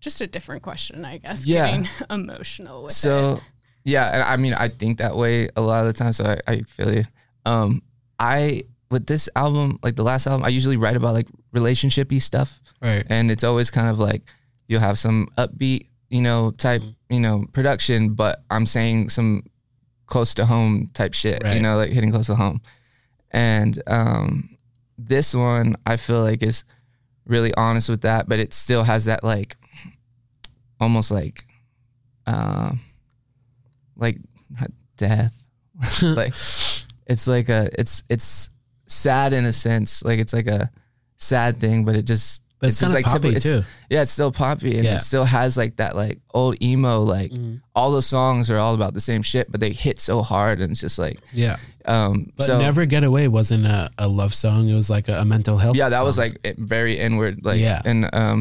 just a different question I guess Yeah. getting <laughs> emotional with it. so yeah and i mean i think that way a lot of the time so I, I feel you um i with this album like the last album i usually write about like relationshipy stuff Right. and it's always kind of like you'll have some upbeat you know type Mm-hmm. you know production but i'm saying some close to home type shit you Right. know like hitting close to home and um this one i feel like is really honest with that but it still has that like almost like um like not death <laughs> like it's like a it's it's sad in a sense like it's like a sad thing but it just But it's, just kind of like typical- poppy it's- too. yeah, it's still poppy and Yeah. it still has like that like old emo like all those songs are all about the same shit, but they hit so hard and it's just like Yeah. um But so Never Get Away wasn't a, a love song. It was like a, a mental health yeah, that was song. like it- very inward like Yeah. and um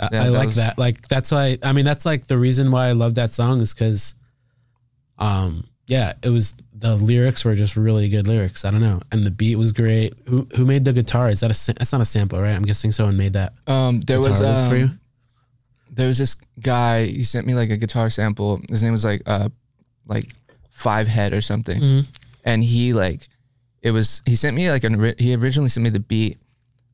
I, yeah, I that like was- that. Like that's why I mean that's like the reason why I love that song is cuz um yeah, it was the lyrics were just really good lyrics. I don't know. And the beat was great. Who who made the guitar? Is that a sa- that's not a sample, right? I'm guessing someone made that. um there was guitar lick um, for you? there was this guy he sent me like a guitar sample. His name was like uh like Five Head or something. Mm-hmm. and he like it was he sent me like an ori- he originally sent me the beat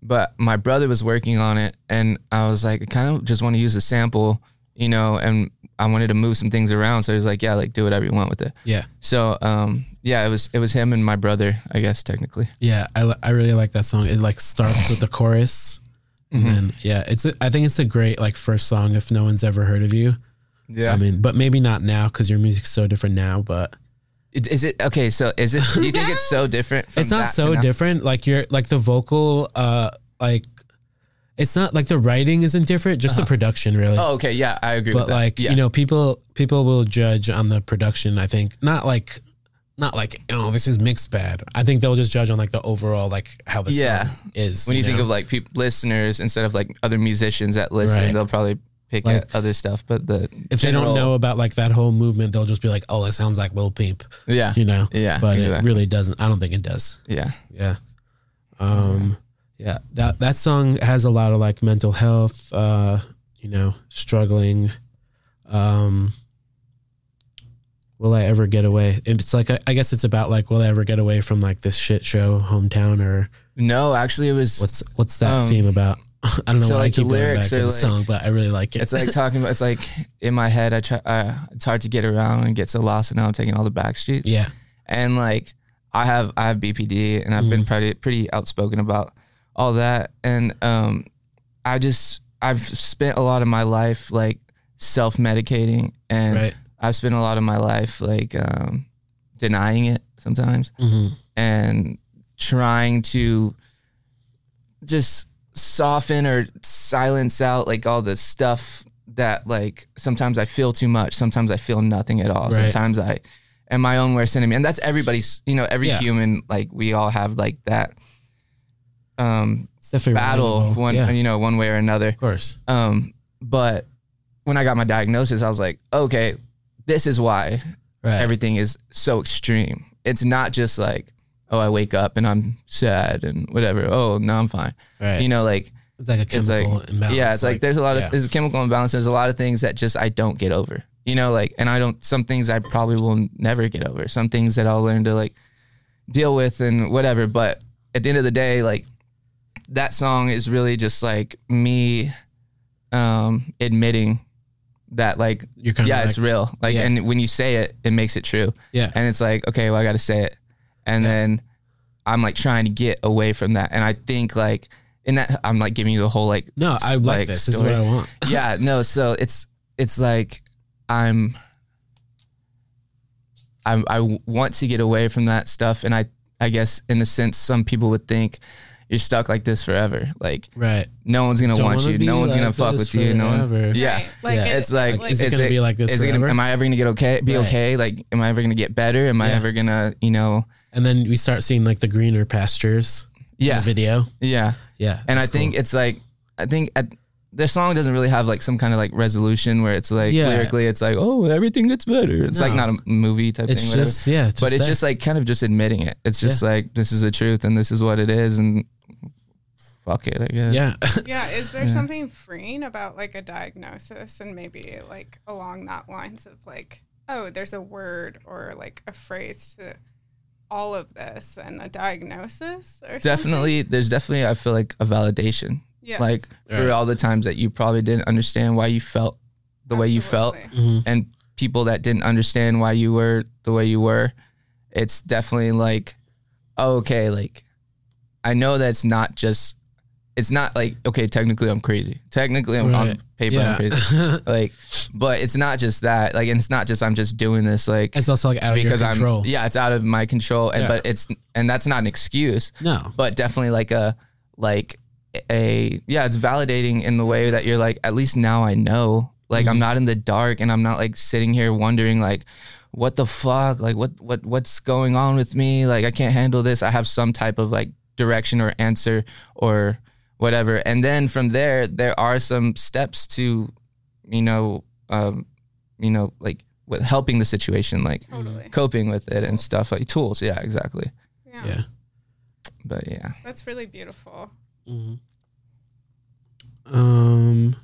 but my brother was working on it and i was like i kind of just want to use a sample you know and i wanted to move some things around so he was like yeah like do whatever you want with it Yeah. so um yeah it was it was him and my brother i guess technically Yeah, I, li- I really like that song. It like starts with the chorus and Mm-hmm. then yeah, it's a, I think it's a great like first song if no one's ever heard of you. yeah I mean, but maybe not now cuz your music's so different now, but It- is it okay so is it do you think it's so different from it's not that to so now? different like you're like the vocal uh like it's not like the writing isn't different just the production really oh okay yeah i agree but with that. like yeah. you know people people will judge on the production i think not like not like oh this is mixed bad i think they'll just judge on like the overall like how the Yeah. song is when you, think know? of like peop listeners instead of like other musicians that listen Right. they'll probably pick Like, at other stuff but the if they general- don't know about like that whole movement they'll just be like oh it sounds like lil peep yeah you know Yeah, but exactly. it really doesn't i don't think it does Yeah. Yeah. Um yeah, that that song has a lot of like mental health uh you know, struggling um will I ever get away? It's like I, I guess it's about like will I ever get away from like this shit show hometown or No, actually, it was. what's what's that Um, theme about? <laughs> I don't know so, why like, I the keep going lyrics back to are, the like- song, but I really like it. It's like talking about. It's like in my head. I try. Uh, it's hard to get around and get so lost, and now I'm taking all the back streets. yeah. And like, I have I have BPD, and I've Mm. been pretty pretty outspoken about all that. And um, I just I've spent a lot of my life like self medicating, and Right. I've spent a lot of my life like um, denying it sometimes. Mhm. and trying to just soften or silence out like all the stuff that like sometimes I feel too much, sometimes I feel nothing at all. Right. Sometimes I am my own worst enemy. And that's everybody's you know, every Yeah. human, like we all have like that um It's definitely battle relatable. one yeah, of you know, one way or another. course. Um but when I got my diagnosis, I was like, okay, this is why Right. everything is so extreme. It's not just like, oh, I wake up and I'm sad and whatever. Oh, no, I'm fine. right. You know, like it's like a it's like chemical imbalance. yeah, it's like, there's a lot of yeah. there's a chemical imbalance. There's a lot of things that just I don't get over. You know, like and I don't some things I probably will never get over. Some things that I'll learn to like deal with and whatever. But at the end of the day, like that song is really just like me um admitting that like you're kind yeah, of like, it's real. Like Yeah. and when you say it, it makes it true yeah. and it's like okay well i gotta say it and then i'm like trying to get away from that and i think like in that i'm like giving you the <laughs> whole like No, I like, like, this. This is story. what I want. yeah no so it's it's like i'm i i want to get away from that stuff and i i guess in a sense some people would think you're stuck like this forever. Like Right. no one's gonna Don't want wanna you. be No one's like gonna fuck this with you. No one's, forever. yeah. Right. Like, Yeah. it- It's like, like- Is it Is gonna it- be like this Is it gonna? forever? Am I ever gonna get okay? Be Right. okay? Like, am I ever gonna get better? Am I Yeah. ever gonna, you know? and then we start seeing like the greener pastures. in Yeah, The video. yeah. Yeah. And I that's think cool. it's like, I think at, their song doesn't really have like some kind of like resolution where it's like Yeah. lyrically, it's like, oh, everything gets better. It's like No. not a movie type it's thing. whatever. just yeah. It's but it's that. just like kind of just admitting it. It's just like this is the truth and this is what it is and fuck it, I guess. yeah. <laughs> yeah, is there Yeah. something freeing about like a diagnosis and maybe like along that lines of like, oh, there's a word or like a phrase to all of this and a diagnosis or Definitely, there's definitely I feel like a validation, yeah, like for Right. all the times that you probably didn't understand why you felt the way you felt, Mhm. and people that didn't understand why you were the way you were. It's definitely like, oh, okay, like I know that's not just. It's not like okay, technically I'm crazy. Technically, I'm on Right. paper I'm crazy. Yeah. like but it's not just that like and it's not just i'm just doing this <laughs> like it's also like out of your because i'm control. yeah it's out of my control and Yeah. but it's and that's not an excuse No. but definitely like a like a yeah it's validating in the way that you're like at least now i know like i'm not in the dark and i'm not like sitting here wondering like what the fuck like what what what's going on with me like i can't handle this i have some type of like direction or answer or whatever and then from there there are some steps to you know um you know like with helping the situation like totally. coping with it and stuff like tools yeah exactly Yeah. Yeah. but yeah that's really beautiful. Um.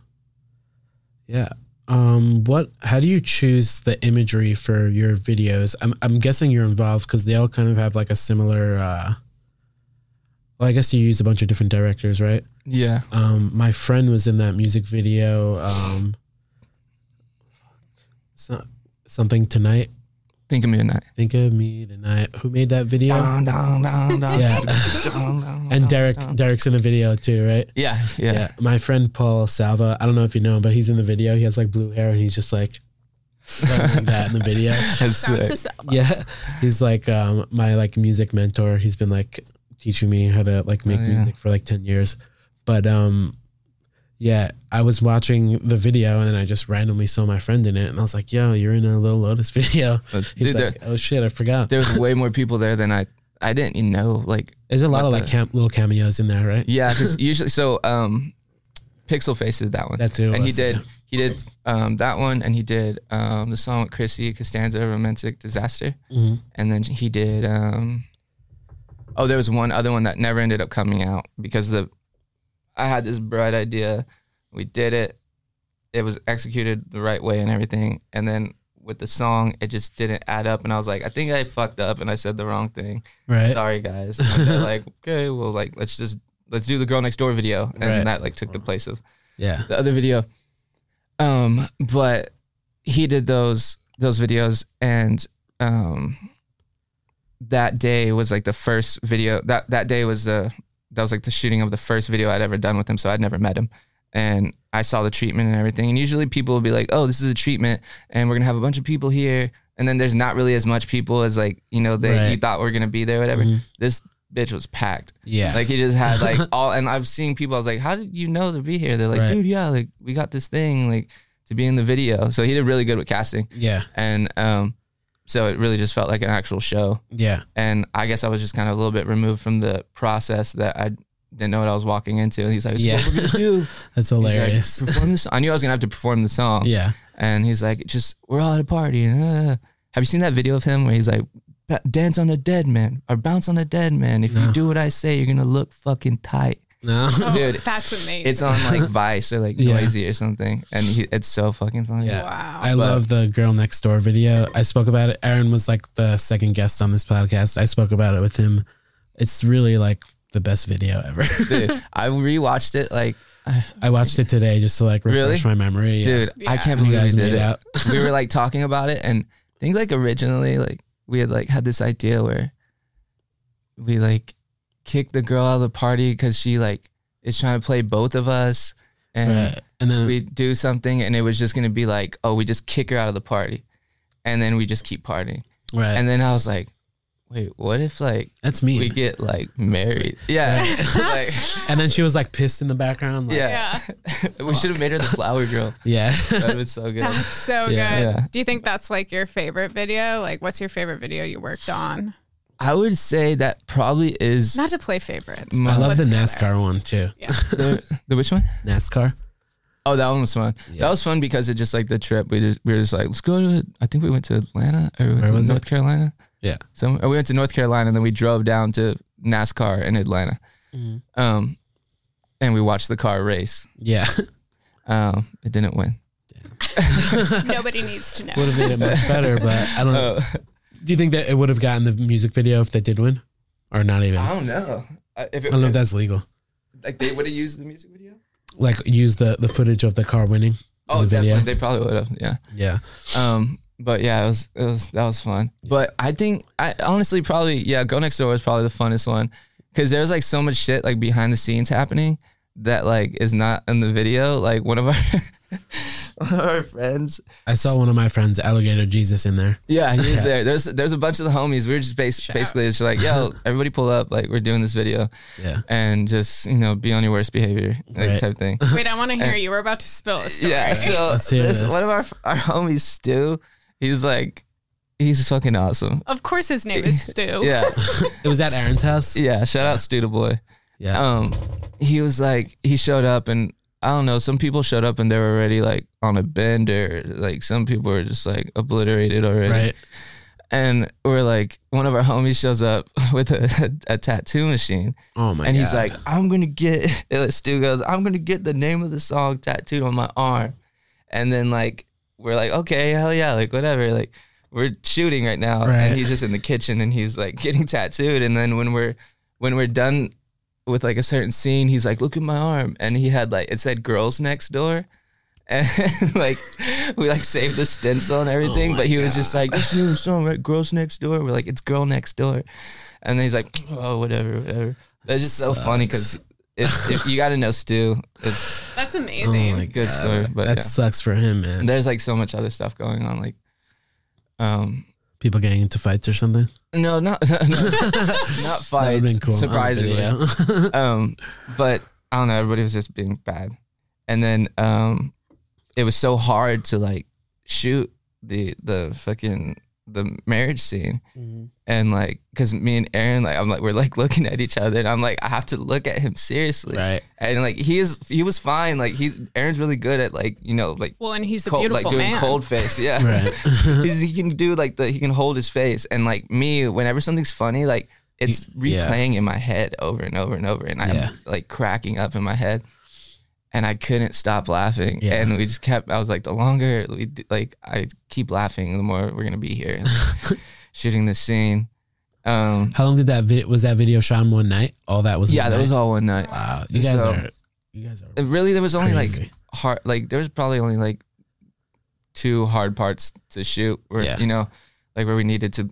Yeah. Um. What? How do you choose the imagery for your videos? I'm I'm guessing you're involved because they all kind of have like a similar. uh Well, I guess you use a bunch of different directors, right? yeah Um, my friend was in that music video. Um, it's not something tonight. Think of me tonight. Think of me tonight. Who made that video? Dun, dun, dun, dun, Yeah. dun, dun, and dun, Derek. dun. Derek's in the video too, right? Yeah, yeah, Yeah. My friend Paul Salva, I don't know if you know him, but he's in the video. He has like blue hair and he's just like, like that in the <laughs> video. <laughs> That's Sound to sick. self. Yeah. He's like um, my like music mentor. He's been like teaching me how to like make Oh, yeah. music for like 10 years. But um yeah, I was watching the video and then I just randomly saw my friend in it and I was like, yo, you're in a Little Lotus <laughs> video. But He's Dude, there, like, oh shit, I forgot. there was way more people there than I. I didn't even know. Like, There's a lot what of the- like cam- little cameos in there, right? yeah, because usually, so um, Pixel Face did that one. That's who it and he was, did. yeah. He did um that one, and he did um the song with Chrissy Costanza, "Romantic Disaster," Mhm. and then he did um. Oh, there was one other one that never ended up coming out because the, I had this bright idea, we did it, it was executed the right way and everything. And then with the song, it just didn't add up. And I was like, I think I fucked up and I said the wrong thing. Right. Sorry, guys. And they're like, <laughs> okay, well, like, let's just, let's do the girl next door video. And Right. that like took the place of Yeah. the other video. Um, but he did those, those videos. And, um, that day was like the first video that, that day was the, that was like the shooting of the first video I'd ever done with him. So I'd never met him and I saw the treatment and everything. And usually people will be like, "Oh, this is a treatment, and we're gonna have a bunch of people here." And then there's not really as much people as like you know they you Right. Mm-hmm. thought were gonna be there, whatever. This bitch was packed. Yeah. Like he just <laughs> had like all. And I've seen people. I was like, "How did you know to be here?" They're like, Right. "Dude, yeah, like we got this thing like to be in the video." So he did really good with casting, yeah. and um, so it really just felt like an actual show. Yeah. And I guess I was just kind of a little bit removed from the process that I didn't know what I was walking into. And he's like, "Yeah, Yeah. what we're gonna <laughs> do." That's He's like, <laughs> hilarious. perform the song. I knew I was gonna have to perform the song. yeah. And he's like, just we're all at a party. and, uh, have you seen that video of him where he's like, "Ba- dance on a dead man or bounce on a dead man? If you No. do what I say, you're gonna look fucking tight, No. Oh, dude. that's amazing. It's on <laughs> like Vice or like Yeah. Noisy or something, and he, it's so fucking funny. Yeah. wow. I But- love the girl next door video. I spoke about it. Aaron was like the second guest on this podcast. I spoke about it with him. It's really like the best video ever. <laughs> Dude, I rewatched it like, I watched it today just to like refresh Really? my memory. Yeah. dude, I Yeah. can't You believe we guys did made it. <clears throat> out. <laughs> we were like talking about it and I think like originally like we had like had this idea where we like kicked the girl out of the party because she like is trying to play both of us and Right. And then we do something and it was just gonna be like oh we just kick her out of the party and then we just keep partying right. and then I was like wait, what if like That's we me. get like married? Yeah, <laughs> like And then she was like pissed in the background. Like, yeah. <laughs> we should have made her the flower girl. <laughs> yeah. That would so good. That's Yeah. so good. Yeah. Do you think that's like your favorite video? Like, what's your favorite video you worked on? I would say that probably is Not to play favorites. My- but I love what's the your favorite? NASCAR one too. <laughs> the, the which one? NASCAR. Oh, that one was fun. Yeah. That was fun because it just like the trip. We just we were just like, let's go to. I think we went to Atlanta or we went Where to was North Carolina. Yeah. So we went to North Carolina and then we drove down to NASCAR in Atlanta. Mhm. Um, and we watched the car race. Yeah. <laughs> Um, it didn't win. <laughs> Nobody needs <laughs> to know. would have made it much better, but I don't know. Uh, Do you think that it would have gotten the music video if they did win? Or not even? I don't know I- if it don't know if that's legal. like they would have used the music video. Like use the, the footage of the car winning. in Oh, the video. definitely. They probably would have. Yeah. Yeah. Um, but yeah, it was it was that was fun. But I think I honestly probably yeah, go next door was probably the funnest one because there's like so much shit like behind the scenes happening that like is not in the video. Like one of our <laughs> one of our friends, I saw one of my friends, Alligator Jesus, in there. <laughs> yeah, he's there. There's there's a bunch of the homies. We were just bas- Shout out. basically it's <laughs> like yo, everybody pull up. Like we're doing this video Yeah. and just you know be on your worst behavior like Right. <laughs> type thing. Wait, I want to hear you. We're about to spill a story. Yeah, so Let's hear this, this. one of our our homies, Stu, he's like he's fucking awesome. Of course, his name <laughs> is Stu. Yeah. It was at Aaron's house. Yeah, <laughs> shout out Studa Boy. Yeah. Um, he was like he showed up and I don't know. Some people showed up and they were already like on a bender. Like some people were just like obliterated already. right. And we're like, one of our homies shows up <laughs> with a, a, tattoo machine, Oh my and god. he's like, "I'm gonna get." <laughs> Stu goes, "I'm gonna get the name of the song tattooed on my arm," and then like we're like, "Okay, hell yeah, like whatever." Like we're shooting right now, Right. and he's just in the kitchen and he's like <laughs> getting tattooed, and then when we're when we're done with like a certain scene, he's like, "Look at my arm," and he had like it said "Girls Next Door." And <laughs> like we like saved the stencil and everything, Oh my but he was just like, "This new song, right? Girls Next Door." We're like, "It's Girl Next Door," and then he's like, "Oh, whatever, whatever." That's just so funny because if, if you got to know Stu, it's That's Oh <laughs> amazing. my good God. story, uh, but that yeah. sucks for him, and man. there's like so much other stuff going on. Like, um, People getting into fights or something. no, <laughs> not <laughs> no, not That would've fights. on the Surprisingly, <laughs> video. um, but I don't know. Everybody was just being bad, and then um, it was so hard to like shoot the the fucking the marriage scene. Mm-hmm. And like, cause me and Aaron, like, I'm like, we're like looking at each other, and I'm like, I have to look at him <laughs> seriously. right. and like he is he was fine like he's aaron's really good at like you know like Well, and he's a cold, beautiful like doing man. <laughs> cold face yeah Right. He's- he can do like the he can hold his face and like me whenever something's funny like it's You- yeah. replaying in my head over and over and over and i'm Yeah. like cracking up in my head and i couldn't stop laughing Yeah. and we just kept i was like the longer we d- like i keep laughing the more we're gonna be here <laughs> shooting this scene um How long did that video was that video shot in one night? All that was yeah one that night? was all one night Wow, you guys So- are you guys are And really there was only like Crazy. hard like there was probably only like two hard parts to shoot where Yeah. you know like where we needed to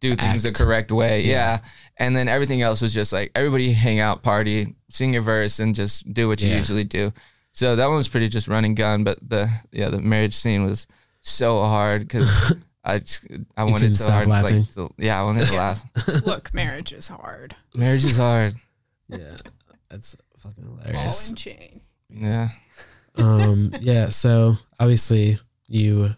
do things Act. the correct way Yeah. yeah. and then everything else was just like everybody hang out party sing your verse and just do what you Yeah. usually do so that one was pretty just run and gun but the yeah the marriage scene was so <laughs> hard because I just- I wanted couldn't so stop hard laughing. like to, yeah I wanted <laughs> to laugh <laughs> Look, marriage is hard. <laughs> marriage is hard yeah, that's fucking Ball hilarious. and chain. yeah um, yeah, so obviously you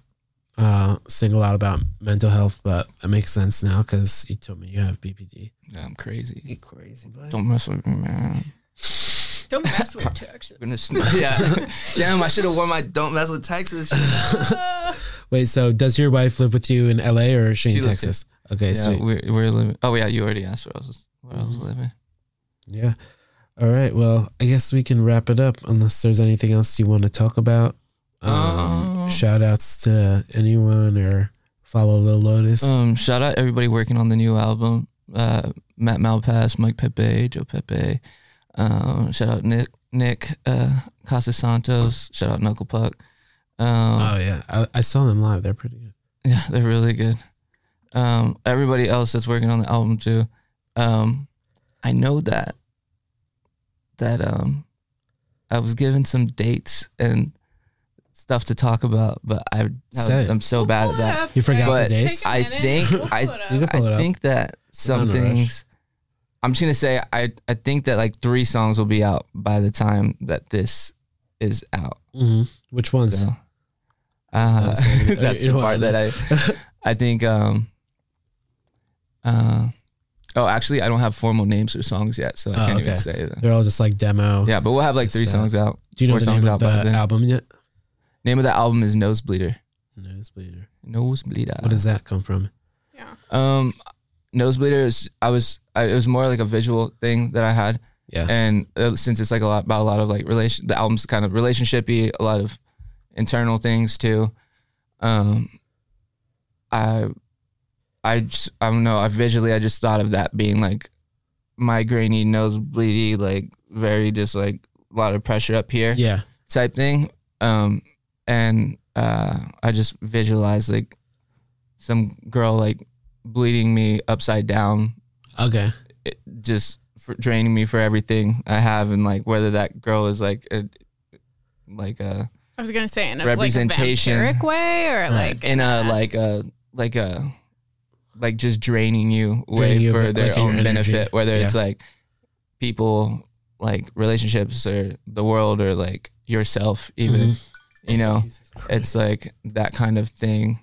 uh single out about mental health, but that makes sense now because you told me you have BPD. yeah I'm crazy crazy, but don't mess with me man. Don't mess with Texas. Gonna <laughs> <laughs> sn- yeah. Damn, I should have worn my don't mess with Texas shit. wait. So does your wife live with you in LA or is she, She in lives Texas? Okay, yeah, sweet. we're, we're living. Oh, yeah, you already asked where I was, where I was living. Yeah. All right. Well, I guess we can wrap it up unless there's anything else you want to talk about. Um, Um, shout outs to anyone or follow Lil Lotus. Um, shout out everybody working on the new album. Uh, Matt Malpass, Mike Pepe, Joe Pepe. Um, shout out Nick, Nick uh, Casas Santos. Shout out Knuckle Puck. Um, oh yeah, I, I saw them live. They're pretty good. Yeah, they're really good. Um, everybody else that's working on the album too. Um, I know that that um, I was given some dates and stuff to talk about, but I Say it. I'm so bad at that. You forgot But the dates? I think I- You can pull it I up. think that not some in a rush. things. I'm just gonna say I I think that like three songs will be out by the time that this is out. hmm Which ones? So, uh, Oh, so- <laughs> that's you the know part what? that I I think. Um, uh, oh, actually, I don't have formal names for songs yet, so I Oh, can't even okay. say that. They're all just like demo. Yeah, but we'll have like Just three that. songs out. Do you know Four the songs name out of by the then. album yet? Name of the album is Nosebleeder. Nosebleeder. Nosebleeder. What does that come from? Yeah. Um, nosebleeder is I was I, it was more like a visual thing that I had, Yeah. and uh, since it's like a lot about a lot of like relation, the album's kind of relationshipy, a lot of internal things too. Um, I, I just, I don't know. I visually I just thought of that being like migrainey, nosebleedy, like very just like a lot of pressure up here Yeah. type thing. Um, and uh, I just visualized like some girl like bleeding me upside down, Okay. it, just for draining me for everything I have, and like whether that girl is like a like a I was gonna say in a Representation. like a vampiric way or like in a like a like a like just draining you way Draining you of, for like, their your own energy. benefit, whether it's Yeah. like people like relationships or the world or like yourself even Mm-hmm. you know it's like that kind of thing.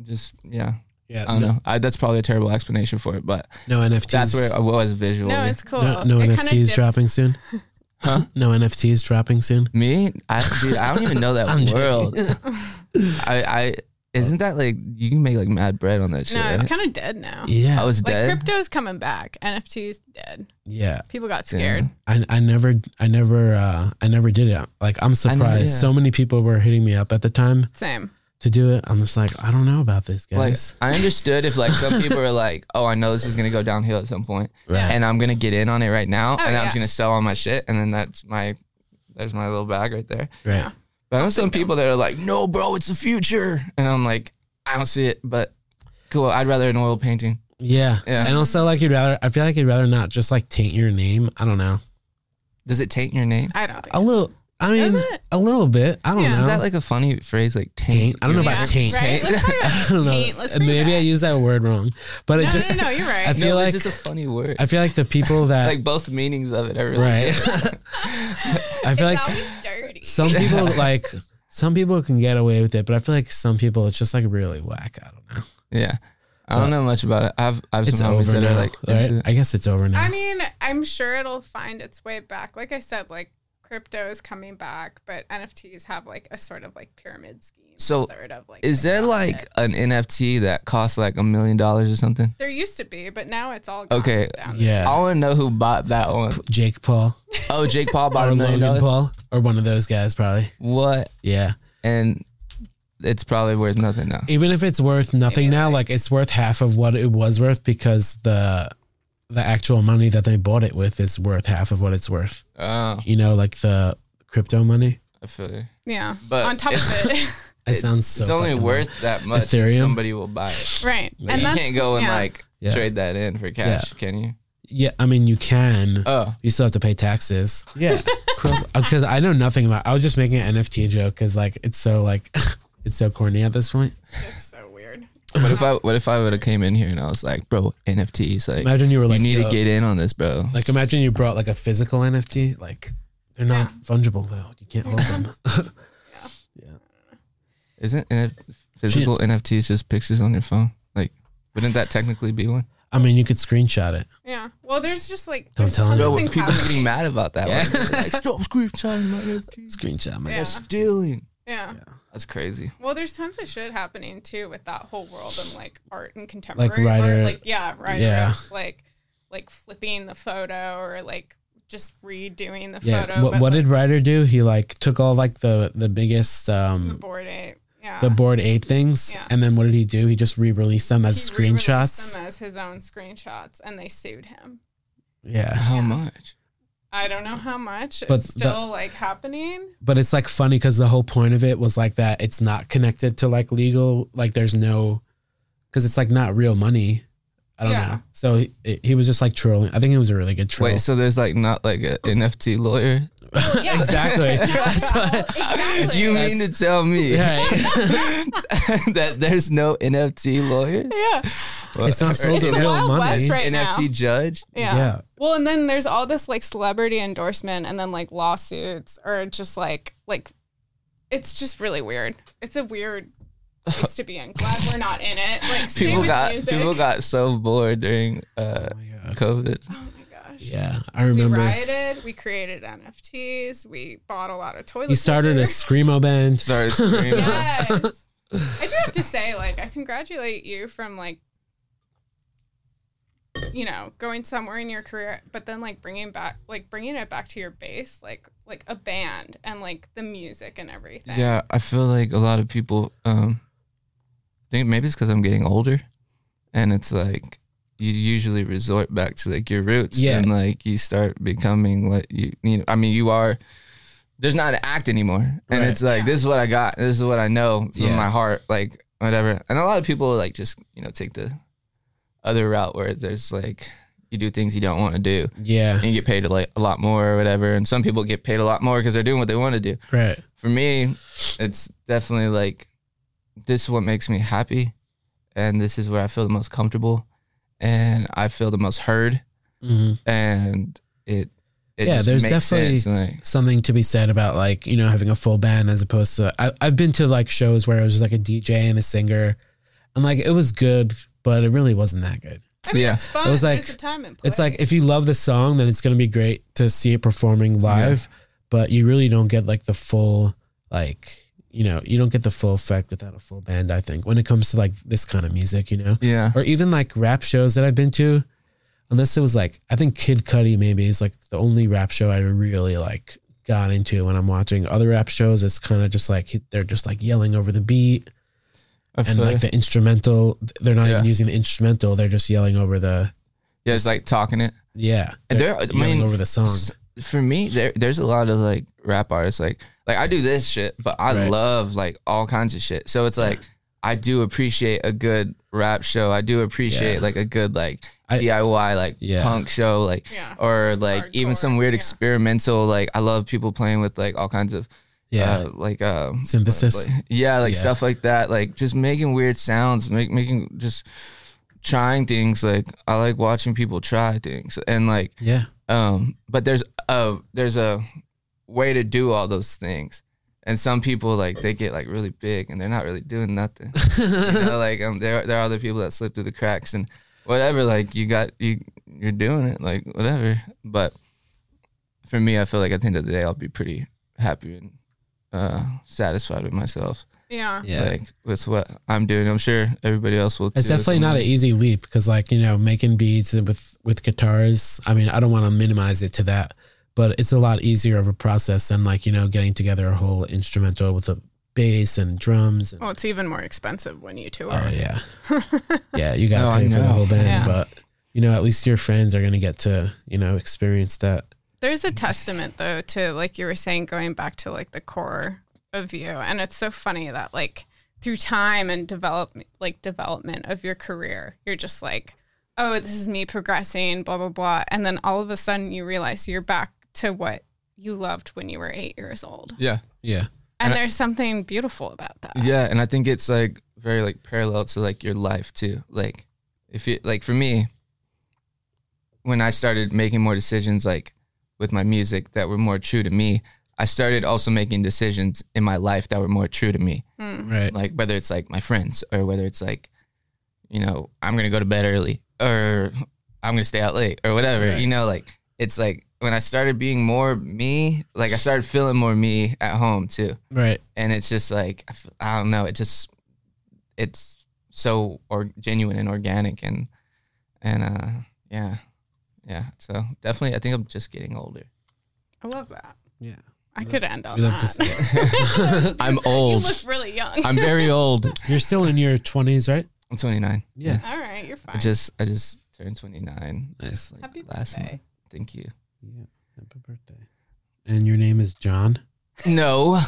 Just yeah, yeah. I don't no, know. I, that's probably a terrible explanation for it, but No NFTs. that's where I was visually. no, it's cool. No, no It kinda NFTs dips- dropping soon. <laughs> Huh? No NFTs dropping soon. Me, I, dude, I don't even know that <laughs> I'm joking. world. I, I isn't that like you can make like mad bread on that shit. No, it's right? kind of dead now. Yeah. I was Like dead. crypto's coming back. NFTs dead. yeah. People got Yeah. scared. I, I never I never uh I never did it. Like I'm surprised. yeah. So many people were hitting me up at the time Same. to do it. I'm just like, I don't know about this, Like guys. I understood if like <laughs> some people are like, oh, I know this is gonna go downhill at some point, Right. and I'm gonna get in on it right now, and I'm Oh, yeah. just gonna sell all my shit, and then that's my there's my little bag right there. right. But I know some people that are like, no, bro, it's the future. And I'm like, I don't see it, but cool. I'd rather an oil painting. Yeah. Yeah. And also like you'd rather I feel like you'd rather not just like taint your name. I don't know. Does it taint your name? I don't think. A little I mean Does it? a little bit. I don't Yeah. know. Isn't that like a funny phrase? Like taint. taint. I don't know Yeah, about taint. Right? <laughs> Let's talk I <laughs> about don't know. taint. Let's bring it Maybe I back. use that word wrong. But it No, just no, no, you're right. I feel no, like it's just a funny word. I feel like the people that like both meanings of it. I really <laughs> right. I feel it's like always dirty. some people like some people can get away with it, but I feel like some people it's just like really whack. I don't know. Yeah. I don't know much about it. I've I've It's some homies over that now. are like right? into it. I guess it's over now. I mean, I'm sure it'll find its way back. Like I said, like crypto is coming back, but NFTs have like a sort of like pyramid scheme. So, sort of like Is there around like it. an NFT that costs like a million dollars or something? there used to be, but now it's all gone Okay. Down the- yeah. I want to know who bought that one. Jake Paul Oh, Jake <laughs> Paul bought or a million Logan dollars. Paul or one of those guys probably. What? Yeah. And it's probably worth nothing now. Even if it's worth nothing now, like it's worth half of what it was worth because the the actual money that they bought it with is worth half of what it's worth. Oh, You know, like the crypto money. I feel you. yeah. But on top of it's- it, <laughs> It, sounds so. it's only fucking worth that much. if Ethereum? Somebody will buy it. right? Yeah. And you that's can't go and yeah. like Yeah. trade that in for cash, can you? Yeah, I mean you can. Uh, Oh, you still have to pay taxes. <laughs> Yeah, because I know nothing about. I was just making an NFT joke because like it's so like <laughs> it's so corny at this point. <laughs> it's so weird. what if I what if I would have came in here and I was like, bro, NFTs, like Imagine you were you like uh, need yo, to get in on this, bro. like imagine you brought like a physical NFT. Like they're not fungible though. You can't hold <laughs> them. Isn't NF- physical NFTs just pictures on your phone? Like, wouldn't that technically be one? I mean, you could screenshot it. Yeah. Well, there's just like Don't there's tell tons him. of Bro, things people happening. getting mad about that. Yeah. one. They're like, stop screenshotting my NFTs. Screenshot my. Yeah. <laughs> Stealing. Yeah. That's crazy. Well, there's tons of shit happening too with that whole world and like art and contemporary Like writer- art. Like yeah, writer yeah. ups, like like flipping the photo or like just redoing the Yeah. photo. what but, what like, did Ryder do? He like took all like the the biggest the um board ape? Yeah. the board ape things, Yeah. and then what did he do? He just re-released them He as re-released screenshots. them as his own screenshots, and they sued him. yeah. How Yeah. much? I don't know how much. But it's still <laughs> like happening. but it's like funny because the whole point of it was like that it's not connected to like legal like there's no because it's like not real money i don't Yeah. know so he, he was just like trolling i think it was a really good troll Wait, so there's like not like a NFT lawyer <laughs> Yeah. exactly. That's what- exactly. You mean to tell me Right. <laughs> Oh that there's no NFT lawyers? yeah. it's not sold It's at the real Wild money. West right NFT now. judge? Yeah. Yeah. Well, and then there's all this like celebrity endorsement and then like lawsuits or just like like it's just really weird. It's a weird place to be in. Glad we're not in it. <laughs> Like stay People with got music. people got so bored during uh, Oh my God. COVID. Oh my gosh. Yeah, I We remember. rioted, we created NFTs, we bought a lot of toilet He started a paper. screamo band. <laughs> Started screaming. <laughs> Yes. I do have to say, like, I congratulate you from like, you know, going somewhere in your career, but then like bringing back, like bringing it back to your base, like like a band and like the music and everything. Yeah, I feel like a lot of people um think maybe it's because I'm getting older, and it's like you usually resort back to like your roots, Yeah. and like you start becoming what you you know. I mean, you are. There's not an act anymore, and Right. it's like Yeah. this is what I got. This is what I know from Yeah. my heart, like whatever. And a lot of people like just you know take the other route where there's like you do things you don't want to do, Yeah, and you get paid like a lot more or whatever. And some people get paid a lot more because they're doing what they want to do right. for me, it's definitely like this is what makes me happy, and this is where I feel the most comfortable, and I feel the most heard, hmm and it. it Yeah, just there's makes definitely sense, like- something to be said about like you know having a full band as opposed to I, I've been to like shows where it was just like a DJ and a singer, and like it was good, but it really wasn't that good. I mean, Yeah. it's fun. It was like- There's a time and It's place. like if you love the song, then it's gonna be great to see it performing live, but you really don't get like the full like you know you don't get the full effect without a full band. I think when it comes to like this kind of music, you know. yeah, or even like rap shows that I've been to, unless it was like I think Kid Cudi maybe is like the only rap show I really like got into when I'm watching other rap shows. It's kind of just like he- they're just like yelling over the beat I and feel like the instrumental. They're not Yeah. even using the instrumental. They're just yelling over the yeah, it's like talking it. yeah. And They're there, I yelling mean, over the song. s- for me, there, there's a lot of like rap artists, like like I do this shit, but I Right. love like all kinds of shit. So it's like I do appreciate a good rap show. I do appreciate Yeah. like a good like I- DIY like Yeah. punk show, like Yeah. or like even Hardcore, some weird yeah. experimental. Like I love people playing with like all kinds of yeah, uh, like um synthesis. like- yeah, like Yeah. stuff like that. Like just making weird sounds, make, making just trying things. Like I like watching people try things, and like yeah, um, but there's a there's a way to do all those things. And some people like they get like really big and they're not really <laughs> doing nothing. you know, like um, there there are other people that slip through the cracks and whatever. Like you got you you're doing it like whatever. But for me, I feel like at the end of the day, I'll be pretty happy and uh, satisfied with myself. yeah. yeah. Like with what I'm doing, I'm sure everybody else will. It's too, definitely not an someone- easy leap because, like you know, making beats and with with guitars. I mean, I don't want to minimize it to that, but it's a lot easier of a process than like you know getting together a whole instrumental with a bass and drums. And, Well, it's even more expensive when you tour. oh yeah, <laughs> yeah, you got No, to I pay for the know. whole band, Yeah. but you know, at least your friends are gonna get to you know experience that. There's a testament though to like you were saying going back to like the core of you and it's so funny that like through time and develop like development of your career you're just like oh this is me progressing blah blah blah and then all of a sudden you realize you're back to what you loved when you were 8 years old. Yeah, Yeah, And I- there's something beautiful about that. Yeah, and I think it's like very like parallel to like your life too. Like if you like for me, when I started making more decisions like with my music that were more true to me, I started also making decisions in my life that were more true to me. Hmm. right. Like whether it's like my friends or whether it's like, you know, I'm gonna go to bed early or I'm gonna stay out late or whatever. Right. You know, like it's like when I started being more me, like I started feeling more me at home too Right. and it's just like I f- I don't know. It just it's so or genuine and organic and and uh yeah yeah. So definitely, I think I'm just getting older. I love that. Yeah. I could end on We love that. to see it. <laughs> <laughs> <laughs> I'm you <laughs> old. look really young. I'm very old. You're still in your twenties, right? I'm 29. Yeah. all right, you're fine. I just I just turned 29 Nice. like Happy last birthday. month. Thank you. Yeah. Happy birthday. And your name is <laughs> John. No.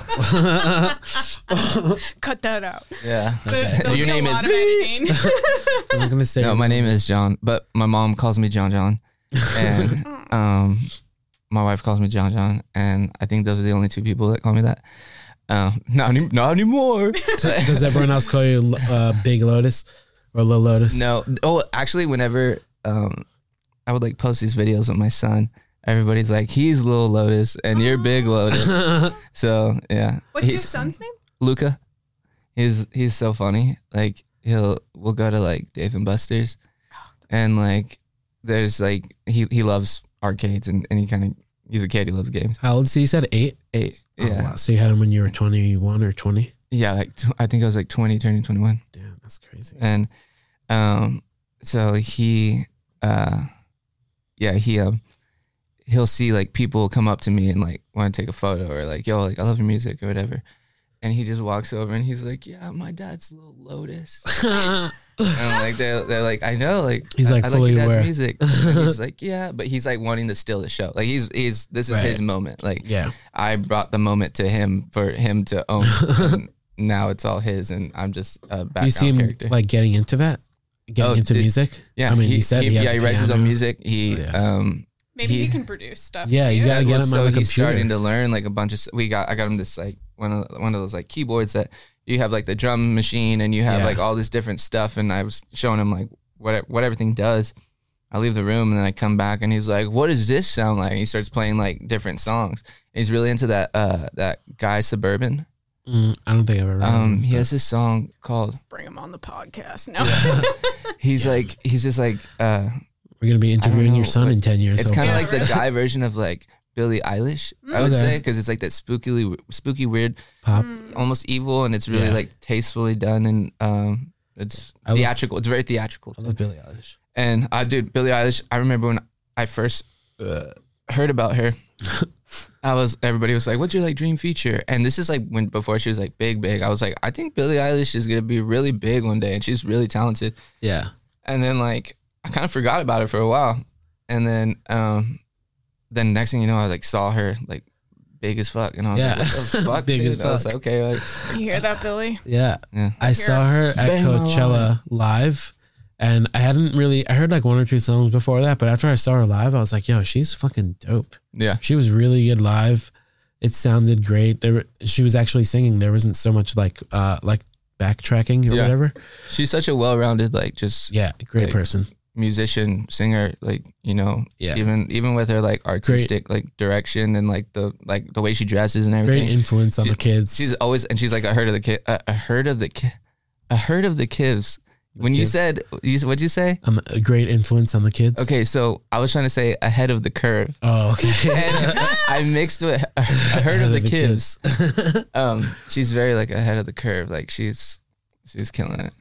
Cut that out. <laughs> Yeah. There- there'll Your be a name is lot of editing. I'm not gonna say. <laughs> No, my name is John, but my mom calls me John John. And um, my wife calls me John John, and I think those are the only two people that call me that. Um, <laughs> not any, <laughs> not anymore. <laughs> Does everyone else call you uh, Big Lotus or Lil Lotus? No. Oh, actually, whenever um, I would like post these videos with my son, everybody's like, "He's Lil Lotus and you're <laughs> Big Lotus." So yeah. What's your He's- son's name? Luca. He's he's so funny. Like he'll we'll go to like Dave and Buster's, and like there's like he he loves arcades and any kind of he's a kid he loves games. How old? So you said eight. Eight. Oh, Yeah. wow. So you had him when you were twenty one or twenty. Yeah, like tw- I think I was like 20, turning 21. Damn, that's <laughs> crazy. And um so he uh yeah, he um he'll see like people come up to me and like want to take a photo or like, yo, like I love your music or whatever. And he just walks over and he's like, Yeah, my dad's little Lotus. And like they're, they're like, I know, like He's, like, I, I fully like your dad's aware. music. <laughs> And he's like, yeah, but he's like wanting to steal the show. Like he's he's this is Right. his moment. Like yeah. I brought the moment to him for him to own. <laughs> and now it's all his, and I'm just a background Do you see him character. like getting into that? Getting Oh, into dude. music? yeah, I mean, he, you said he- he has yeah, a he writes his own piano. music. He Oh, yeah. um Maybe he, He- can produce stuff. Yeah, for you you. gotta get well, him so on a he's computer. starting to learn like a bunch of s- we got I got him this like one of one of those like keyboards that you have like the drum machine and you have Yeah. like all this different stuff and I was showing him like what what everything does. I leave the room and then I come back and he's like, "What does this sound like?" And he starts playing like different songs. And he's really into that uh that guy Suburban. Mm, I don't think I've ever. Um Um, he has this song called Bring him on the podcast. No. <laughs> he's like he's just like uh We're gonna be interviewing know, your son like, in ten years. it's kind of Yeah, like the right. guy version of like Billie Eilish, I would Okay. say, because it's like that spookily spooky weird pop. almost evil and it's really Yeah. like tastefully done and um it's I love- theatrical. it's very theatrical. I love Billie Eilish. And I dude, Billie Eilish, I remember when I first uh, heard <laughs> about her. I was everybody was like, What's your like dream feature? And this is like when before she was like big, big. I was like, I think Billie Eilish is gonna be really big one day and she's really talented. Yeah. And then like I kind of forgot about her for a while. And then um then next thing you know, I like saw her like big as fuck. And I was Yeah. like, <laughs> What the fuck? Big dude?" as And I was fuck. like, okay, like you hear that, Billy? Yeah. yeah. I saw her at Bang my Coachella live, and I hadn't really. I heard like one or two songs before that, but after I saw her live, I was like, "Yo, she's fucking dope. Yeah. She was really good live. It sounded great. There, were- she was actually singing. There wasn't so much like, uh, like backtracking or Yeah. whatever. She's such a well-rounded, like just Yeah, great Like, person. musician, singer, like you know, Yeah. even even with her like artistic like direction and like the like the way she dresses and Great everything. influence on She- the kids. she's always and she's like a herd of the kid, a, a herd of the kid, a herd of the kids. When you kids. said you what'd you say? I'm a great influence on the kids. Okay, so I was trying to say ahead of the <laughs> curve, <laughs> Oh, okay. and I mixed with a, a <laughs> herd of the, kids. Um, she's very like ahead of the curve. Like she's she's killing it.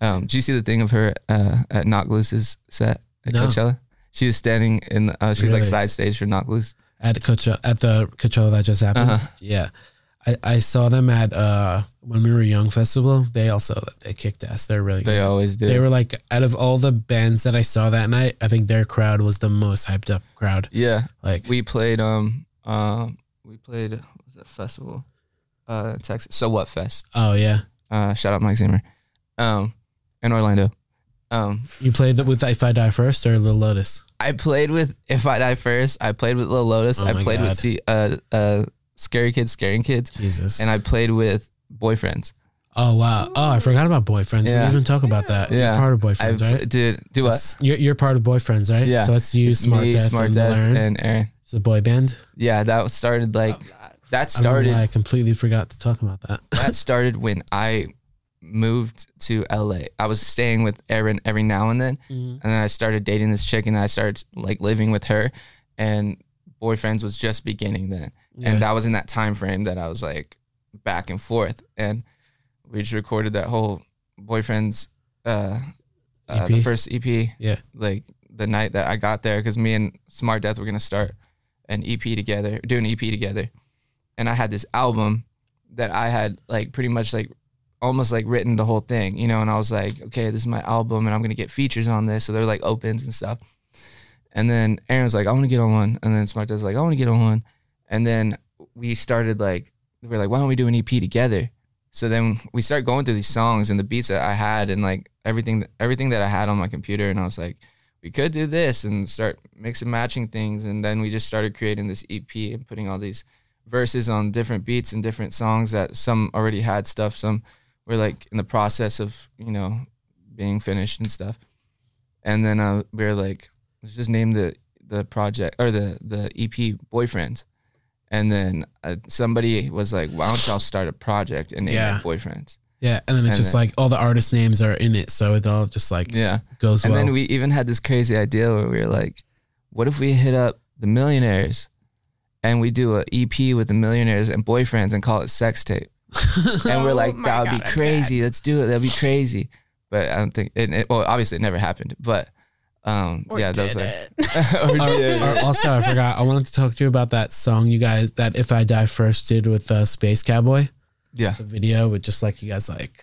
Um, did you see the thing of her uh, at Knock Loose's set at No. Coachella? She was standing in. The, uh, she's like Really? side stage for Knock Loose. at Coachella, at the Coachella that just happened. Uh-huh. Yeah, I, I saw them at uh when we were young festival. They also they kicked ass. They're really They good. always do. They were like out of all the bands that I saw that night, I think their crowd was the most hyped up crowd. yeah, Like we played. Um, um, we played. What was that festival? Uh, Texas. So what fest? oh yeah, Uh, shout out Mike Zimmer. Um, in Orlando. Um, you played that with If I Die First or Little Lotus. I played with If I Die First. I played with Lil Lotus. Oh I my played God. with C, uh, uh, Scary Kids, Scaring Kids, Jesus. and I played with Boyfriends. oh wow. Oh, I forgot about boyfriends. We Yeah. didn't even talk about that. Yeah. You're part of I've, boyfriends, right? Dude, do what? That's- You're, you're part of boyfriends, right? Yeah. So that's you, Smart Me, Death, Smart and Death, Learn. and Aaron. it's a boy band. Yeah, that started like Love that. that I don't know why started I completely forgot to talk about that. <laughs> that started when I moved to LA. I was staying with Aaron every now and then, and then I started dating this chick, and I started like living with her, and boyfriends was just beginning then, Yeah. and that was in that time frame that I was like back and forth, and we just recorded that whole boyfriends, uh, uh the EP? first EP, Yeah. like the night that I got there because me and Smart Death were gonna start an EP together, do an EP together, and I had this album that I had like pretty much like almost like written the whole thing, you know, and I was like, okay, this is my album, and I'm gonna get features on this, so they're like opens and stuff, and then Aaron was like, I want to get on one, and then Smart Death was like, I want to get on one, and then we started like we were like, why don't we do an EP together? So then we start going through these songs and the beats that I had and like everything everything that I had on my computer and I was like, we could do this and start mixing matching things and then we just started creating this ep and putting all these verses on different beats and different songs that some already had stuff some were like in the process of you know being finished and stuff and then uh, we were like let's just name the the project or the the ep boyfriends and then uh, somebody was like why don't y'all start a project and name Yeah. it boyfriends Yeah, and then it's And just then- like all the artist names are in it, so it all just like yeah goes and well. then we even had this crazy idea where we were like, what if we hit up the millionaires and we do a EP with the millionaires and boyfriends and call it sex <laughs> tape? and we're Oh like, my that would God, be I'm crazy. Let's do it. That'd be crazy. But I don't think it, it well, obviously it never happened. But um Or yeah, yeah, that was did like it? <laughs> <laughs> or Or- did it. or also, I forgot. I wanted to talk to you about that song you guys that "If I Die First did with uh, Space Cowboy, Yeah. the video with just like you guys like,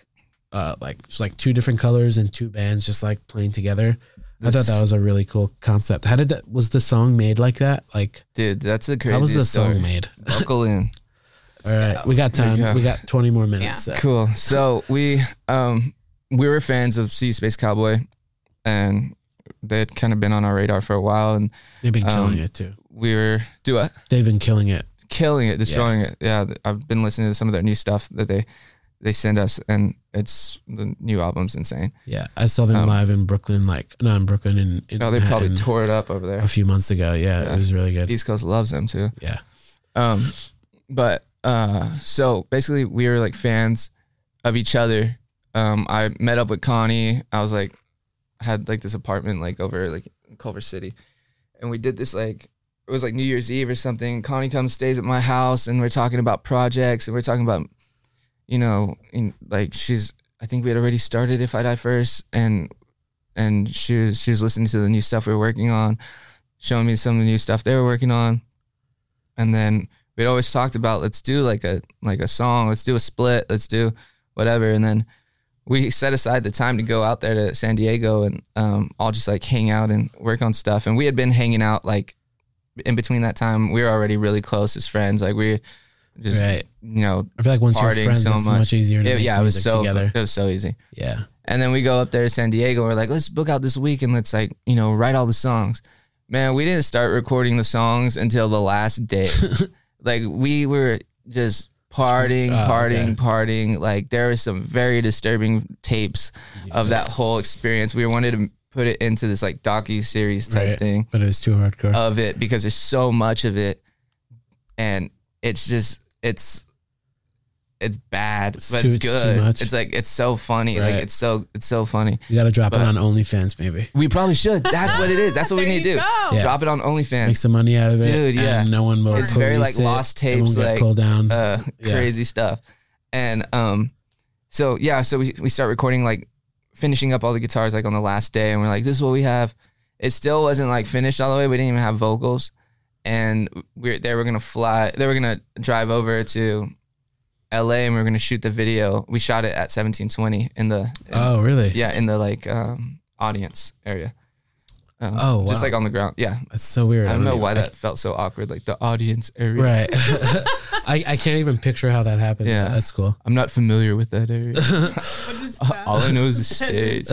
uh, like just like two different colors and two bands just like playing together. I thought This- that was a really cool concept. How did that? Was the song made like that? Like, Dude, that's a crazy how was the story. song made? Buckle in. All right, we got time. Yeah. We got twenty more minutes. so- Cool. So we um we were fans of Sea Space Cowboy and they had kind of been on our radar for a while and They've been killing Um, it too. we were do what? They've been killing it. killing it, destroying it. Yeah, th- I've been listening to some of their new stuff that they they send us, and it's the new album's insane. Yeah, I saw them Um, live in Brooklyn. Like, not in Brooklyn. In, in No, Oh, they probably Manhattan tore it up over there. a few months ago. Yeah, Yeah. it was really good. East Coast loves them too. Yeah. Um, but uh, so basically, we were like fans of each other. Um, I met up with Connie. I was like, had like this apartment like over like in Culver City, and we did this like it was like New Year's Eve or something. Connie comes stays at my house, and we're talking about projects, and we're talking about, you know, in, like she's. I think we had already started If I Die First, and and she was she was listening to the new stuff we were working on, showing me some of the new stuff they were working on, and then we'd always talked about let's do like a like a song, let's do a split, let's do whatever, and then we set aside the time to go out there to San Diego and um, all just like hang out and work on stuff, and we had been hanging out like in between that time we were already really close as friends, like we just right. you know I feel like once you're partying friends, so it's much. much, easier to it- make yeah it was music so together. it was so easy. Yeah. And then we go up there to San Diego. We're like, let's book out this week and let's like, you know, write all the songs. Man, we didn't start recording the songs until the last day. <laughs> like we were just partying, Oh, partying, okay. partying. Like there were some very disturbing tapes of that whole experience. We wanted to put it into this like docu series type Right. thing But it was too hardcore. of it because there's so much of it and it's just it's it's bad It's but too- it's it's too good much. it's like it's so funny Right. like it's so it's so funny you got to drop it but- on OnlyFans, maybe. we probably should that's what it is that's what <laughs> we There need to you do go. Yeah. drop it on Make OnlyFans some money out of it. Dude, yeah. And no one will. It's very, police like, it. lost It won't tapes, get like, pulled down. uh <laughs> Yeah. crazy stuff and um so yeah so we, we start recording like finishing up all the guitars like on the last day and we're like this is what we have it still wasn't like finished all the way we didn't even have vocals and we're they were gonna fly they were gonna drive over to la and we were gonna shoot the video we shot it at 1720 in the in- oh, really? yeah in the like um audience area um, Oh, just wow. like on the ground yeah That's so weird. i don't know even- why that felt so awkward like the audience area Right. <laughs> I, I can't even picture how that happened. Yeah. Yeah. That's cool. i'm not familiar with that area What <laughs> is that? All I know is the <laughs> stage.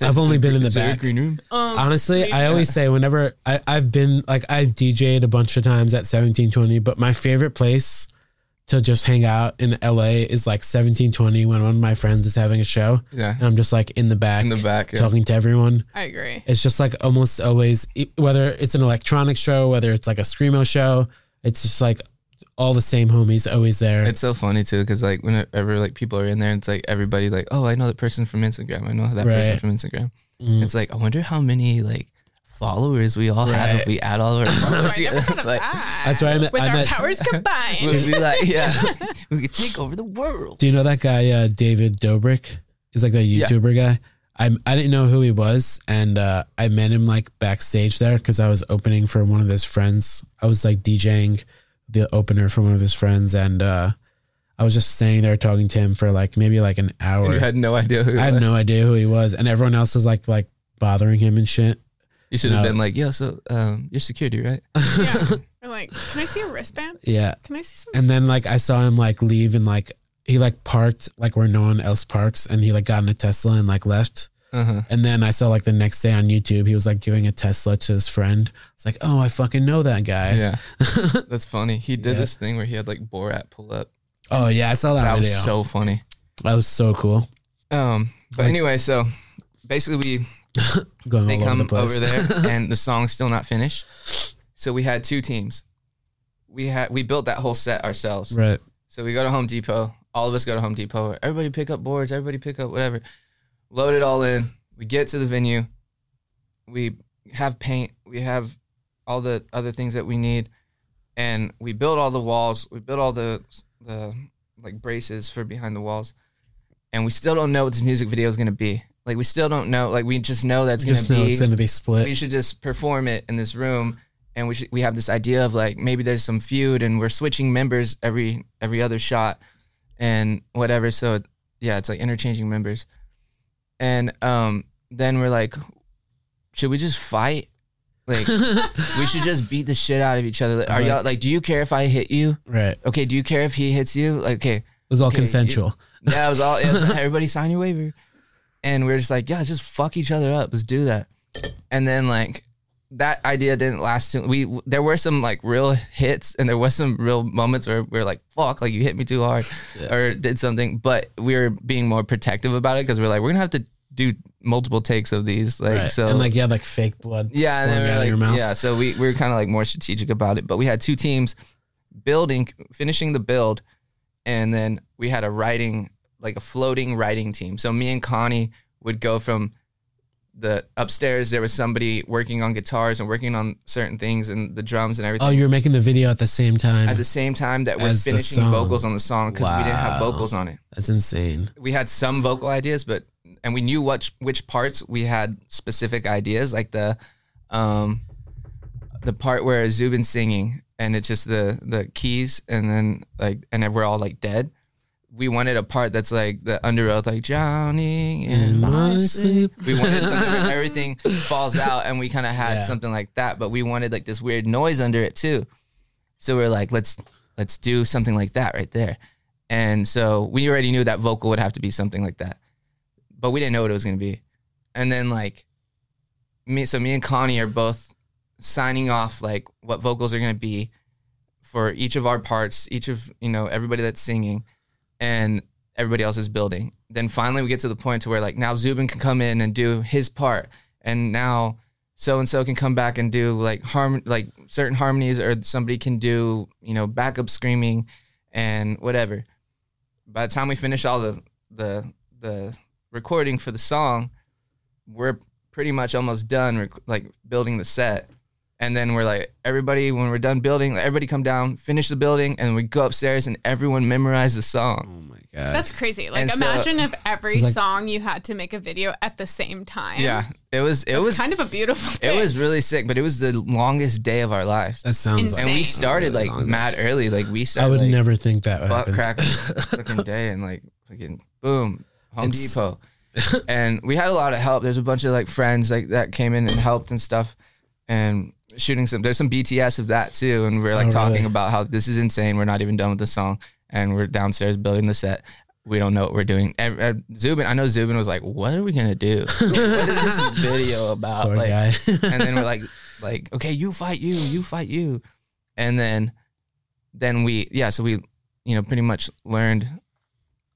I've only been in the Is there a back. Oh. green room? Um, Honestly, I always say whenever I, I've been like I've DJ'd a bunch of times at 1720, but my favorite place to just hang out in LA is like 1720 when one of my friends is having a show. Yeah. And I'm just like in the back, In the back, yeah. talking to everyone. I <laughs> agree. It's just like almost always, e- whether it's an electronic show, whether it's like a Screamo show, it's just like all the same homies always there. It's so funny too, because like whenever like people are in there, it's like everybody like, oh, I know that person from Instagram. I know that person Right. from Instagram. Mm. It's like I wonder how many like followers we all have if <laughs> Right. we add all of our followers I never thought together. of <laughs> like, that. That's why I met- With I our met- <laughs> powers combined. we'll be like, yeah, <laughs> we could take over the world. Do you know that guy, uh, David Dobrik? He's like that Yeah. YouTuber guy. I, I didn't know who he was, and uh, I met him like backstage there because I was opening for one of his friends. I was like DJing the opener for one of his friends, and uh, I was just standing there talking to him for like maybe like an hour. You had no idea who. I had it was. no idea who he was, and everyone else was like like bothering him and shit. You should have No. been like, yo, so um, you're security, right? <laughs> yeah. We're like, can I see a wristband? Yeah, Can I see some? and then like I saw him like leave and like he like parked like where no one else parks, and he like got in a Tesla and like left. <laughs> Uh-huh. And then I saw like the next day on YouTube, he was like giving a Tesla to his friend. It's like, oh, I fucking know that guy. <laughs> Yeah. That's funny. He did Yeah. this thing where he had like Borat pull up. Oh yeah, I saw that, That video. was so funny. that was so cool. Um, but Like- anyway, so basically we Going they all over come the place. over there and the song's still not finished. So we had two teams. We had we built that whole set ourselves. <laughs> right. So we go to Home Depot. All of us go to Home Depot. Everybody pick up boards. Everybody pick up whatever. Load it all in. We get to the venue. We have paint. We have all the other things that we need, and we build all the walls. We build all the the like braces for behind the walls, and we still don't know what this music video is gonna be. Like we still don't know. Like we just know that's gonna Just know be it's gonna be split. we should just perform it in this room and we should, we have this idea of like maybe there's some feud and we're switching members every every other shot and whatever so yeah it's like interchanging members and um then we're like should we just fight like we should just beat the shit out of each other Like, are y'all like do you care if i hit you right. It okay do you care if he hits you like okay was all Okay, consensual. yeah, it was all it <laughs> was like, everybody sign your waiver. And we were just like, yeah, just fuck each other up. Let's do that. And then like that idea didn't last too we there were some like real hits and there was some real moments where we were like, fuck, like you hit me too hard or did something. But we were being more protective about it because we are like, we're gonna have to do multiple takes of these. Like right. so and like yeah, like fake blood. yeah, and then spilling we out of were like, your mouth. yeah. So we, we were kind of like more strategic about it, but we had two teams building, finishing the build, and then we had a writing, like a floating writing team. So me and Connie would go from the upstairs. There was somebody working on guitars and working on certain things and the drums and everything Oh, you were making the video at the same time. at the same time that we're Oh. As the finishing song. vocals on the song because we didn't have Wow. vocals on it. That's insane. We had some vocal ideas, but and we knew what which parts we had specific ideas, like the um the part where Zubin's singing and it's just the the keys and then like and then we're all like dead. We wanted a part that's like the under oath, like drowning in my sleep. We wanted something where everything falls out, and we kind of had Yeah. something like that, but we wanted like this weird noise under it too. So we are like, let's let's do something like that right there. And so we already knew that vocal would have to be something like that, but we didn't know what it was gonna be. And then like me, so me and Connie are both signing off like what vocals are gonna be for each of our parts, each of you know everybody that's singing, and everybody else is building. Then finally we get to the point to where like now Zubin can come in and do his part, and now so and so can come back and do like harm like certain harmonies, or somebody can do you know backup screaming and whatever. By the time we finish all the the the recording for the song, we're pretty much almost done rec- like building the set. And then we're like, everybody, when we're done building, like, everybody come down, finish the building, and we go upstairs and everyone memorize the song. Oh my god. That's crazy. Like, And so- imagine if every So, like- song you had to make a video at the same time. Yeah, it was it was Kind of a beautiful it thing. was really sick, but it was the longest day of our lives. that sounds Insane. like And we Same. started Really like long day. mad early, like we started I would like, never think that would butt happen. <laughs> crack fucking day and like fucking boom Home It's- Depot, and we had a lot of help. There's a bunch of like friends like that came in and helped and stuff, and shooting some. There's some BTS of that too, and we're like Oh, talking really? about how this is insane. We're not even done with the song, and we're downstairs building the set. We don't know what we're doing. And, uh, Zubin, I know Zubin was like, "What are we gonna do? what <laughs> is this video about?" Poor like, guy. <laughs> and then we're like like okay you fight you you fight you and then then we yeah so we you know pretty much learned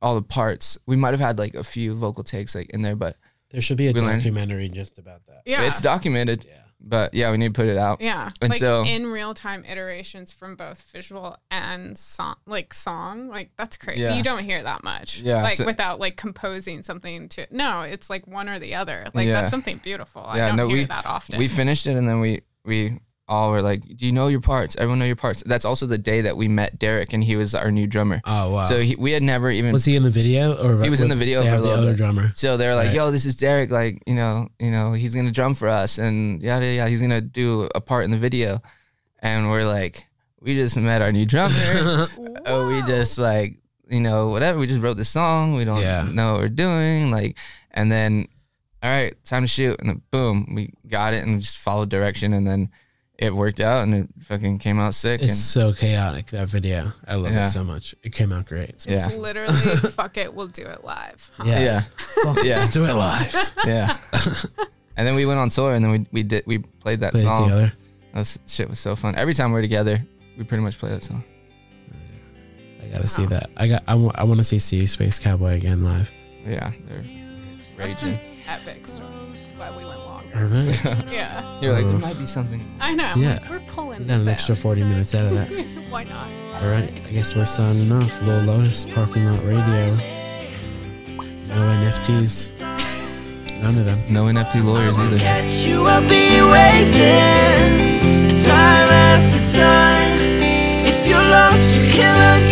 all the parts we might have had like a few vocal takes like in there but there should be a we learned- documentary just about that. yeah. it's documented Yeah. but yeah we need to put it out yeah. And like so- in real time iterations from both visual and song, like song, like that's crazy. Yeah. You don't hear that much. Yeah, Like so- without like composing something to, no, it's like one or the other. Like Yeah. that's something beautiful. I Yeah, don't no, hear we- that often. we finished it and then we we all were like do you know your parts everyone know your parts that's also the day that we met derek and he was our new drummer Oh wow. so he, we had never even was he in the video or He was in the video they for a have the little other bit. drummer? So they're like, Right. "Yo, this is Derek. Like, you know, you know, he's gonna drum for us, and yada yada. He's gonna do a part in the video." And we're like, "We just met our new <laughs> drummer. oh, we Whoa. just like, you know, whatever. We just wrote this song. We don't Yeah. know what we're doing. Like, and then, all right, time to shoot. And then boom, we got it, and just followed direction, and then it worked out and it fucking came out sick. It's so chaotic that video. I love Yeah. it so much. It came out great. and yeah, It's <laughs> literally fuck it, we'll do it live. huh? Yeah. yeah, <laughs> Fuck, Yeah. Do it live. <laughs> yeah. and then we went on tour and then we we did we played that Play it song. together. That was, shit was so fun. Every time we're together, we pretty much play that song. I gotta see Wow. that. I got. I want to see See You Space Cowboy again live. Yeah, they're That's raging. <laughs> an epic story. That's why we went longer. All right. Yeah. You're like, there Uh, might be something. I know. Yeah. like, we're pulling We got this an extra out. 40 minutes out of that. <laughs> Why not? All right. I guess we're signing off. Lil Lotus, Parking Lot Radio. No NFTs. None of them. No NFT lawyers either. Catch you, I'll be waiting. Time after time. If you're lost, you can look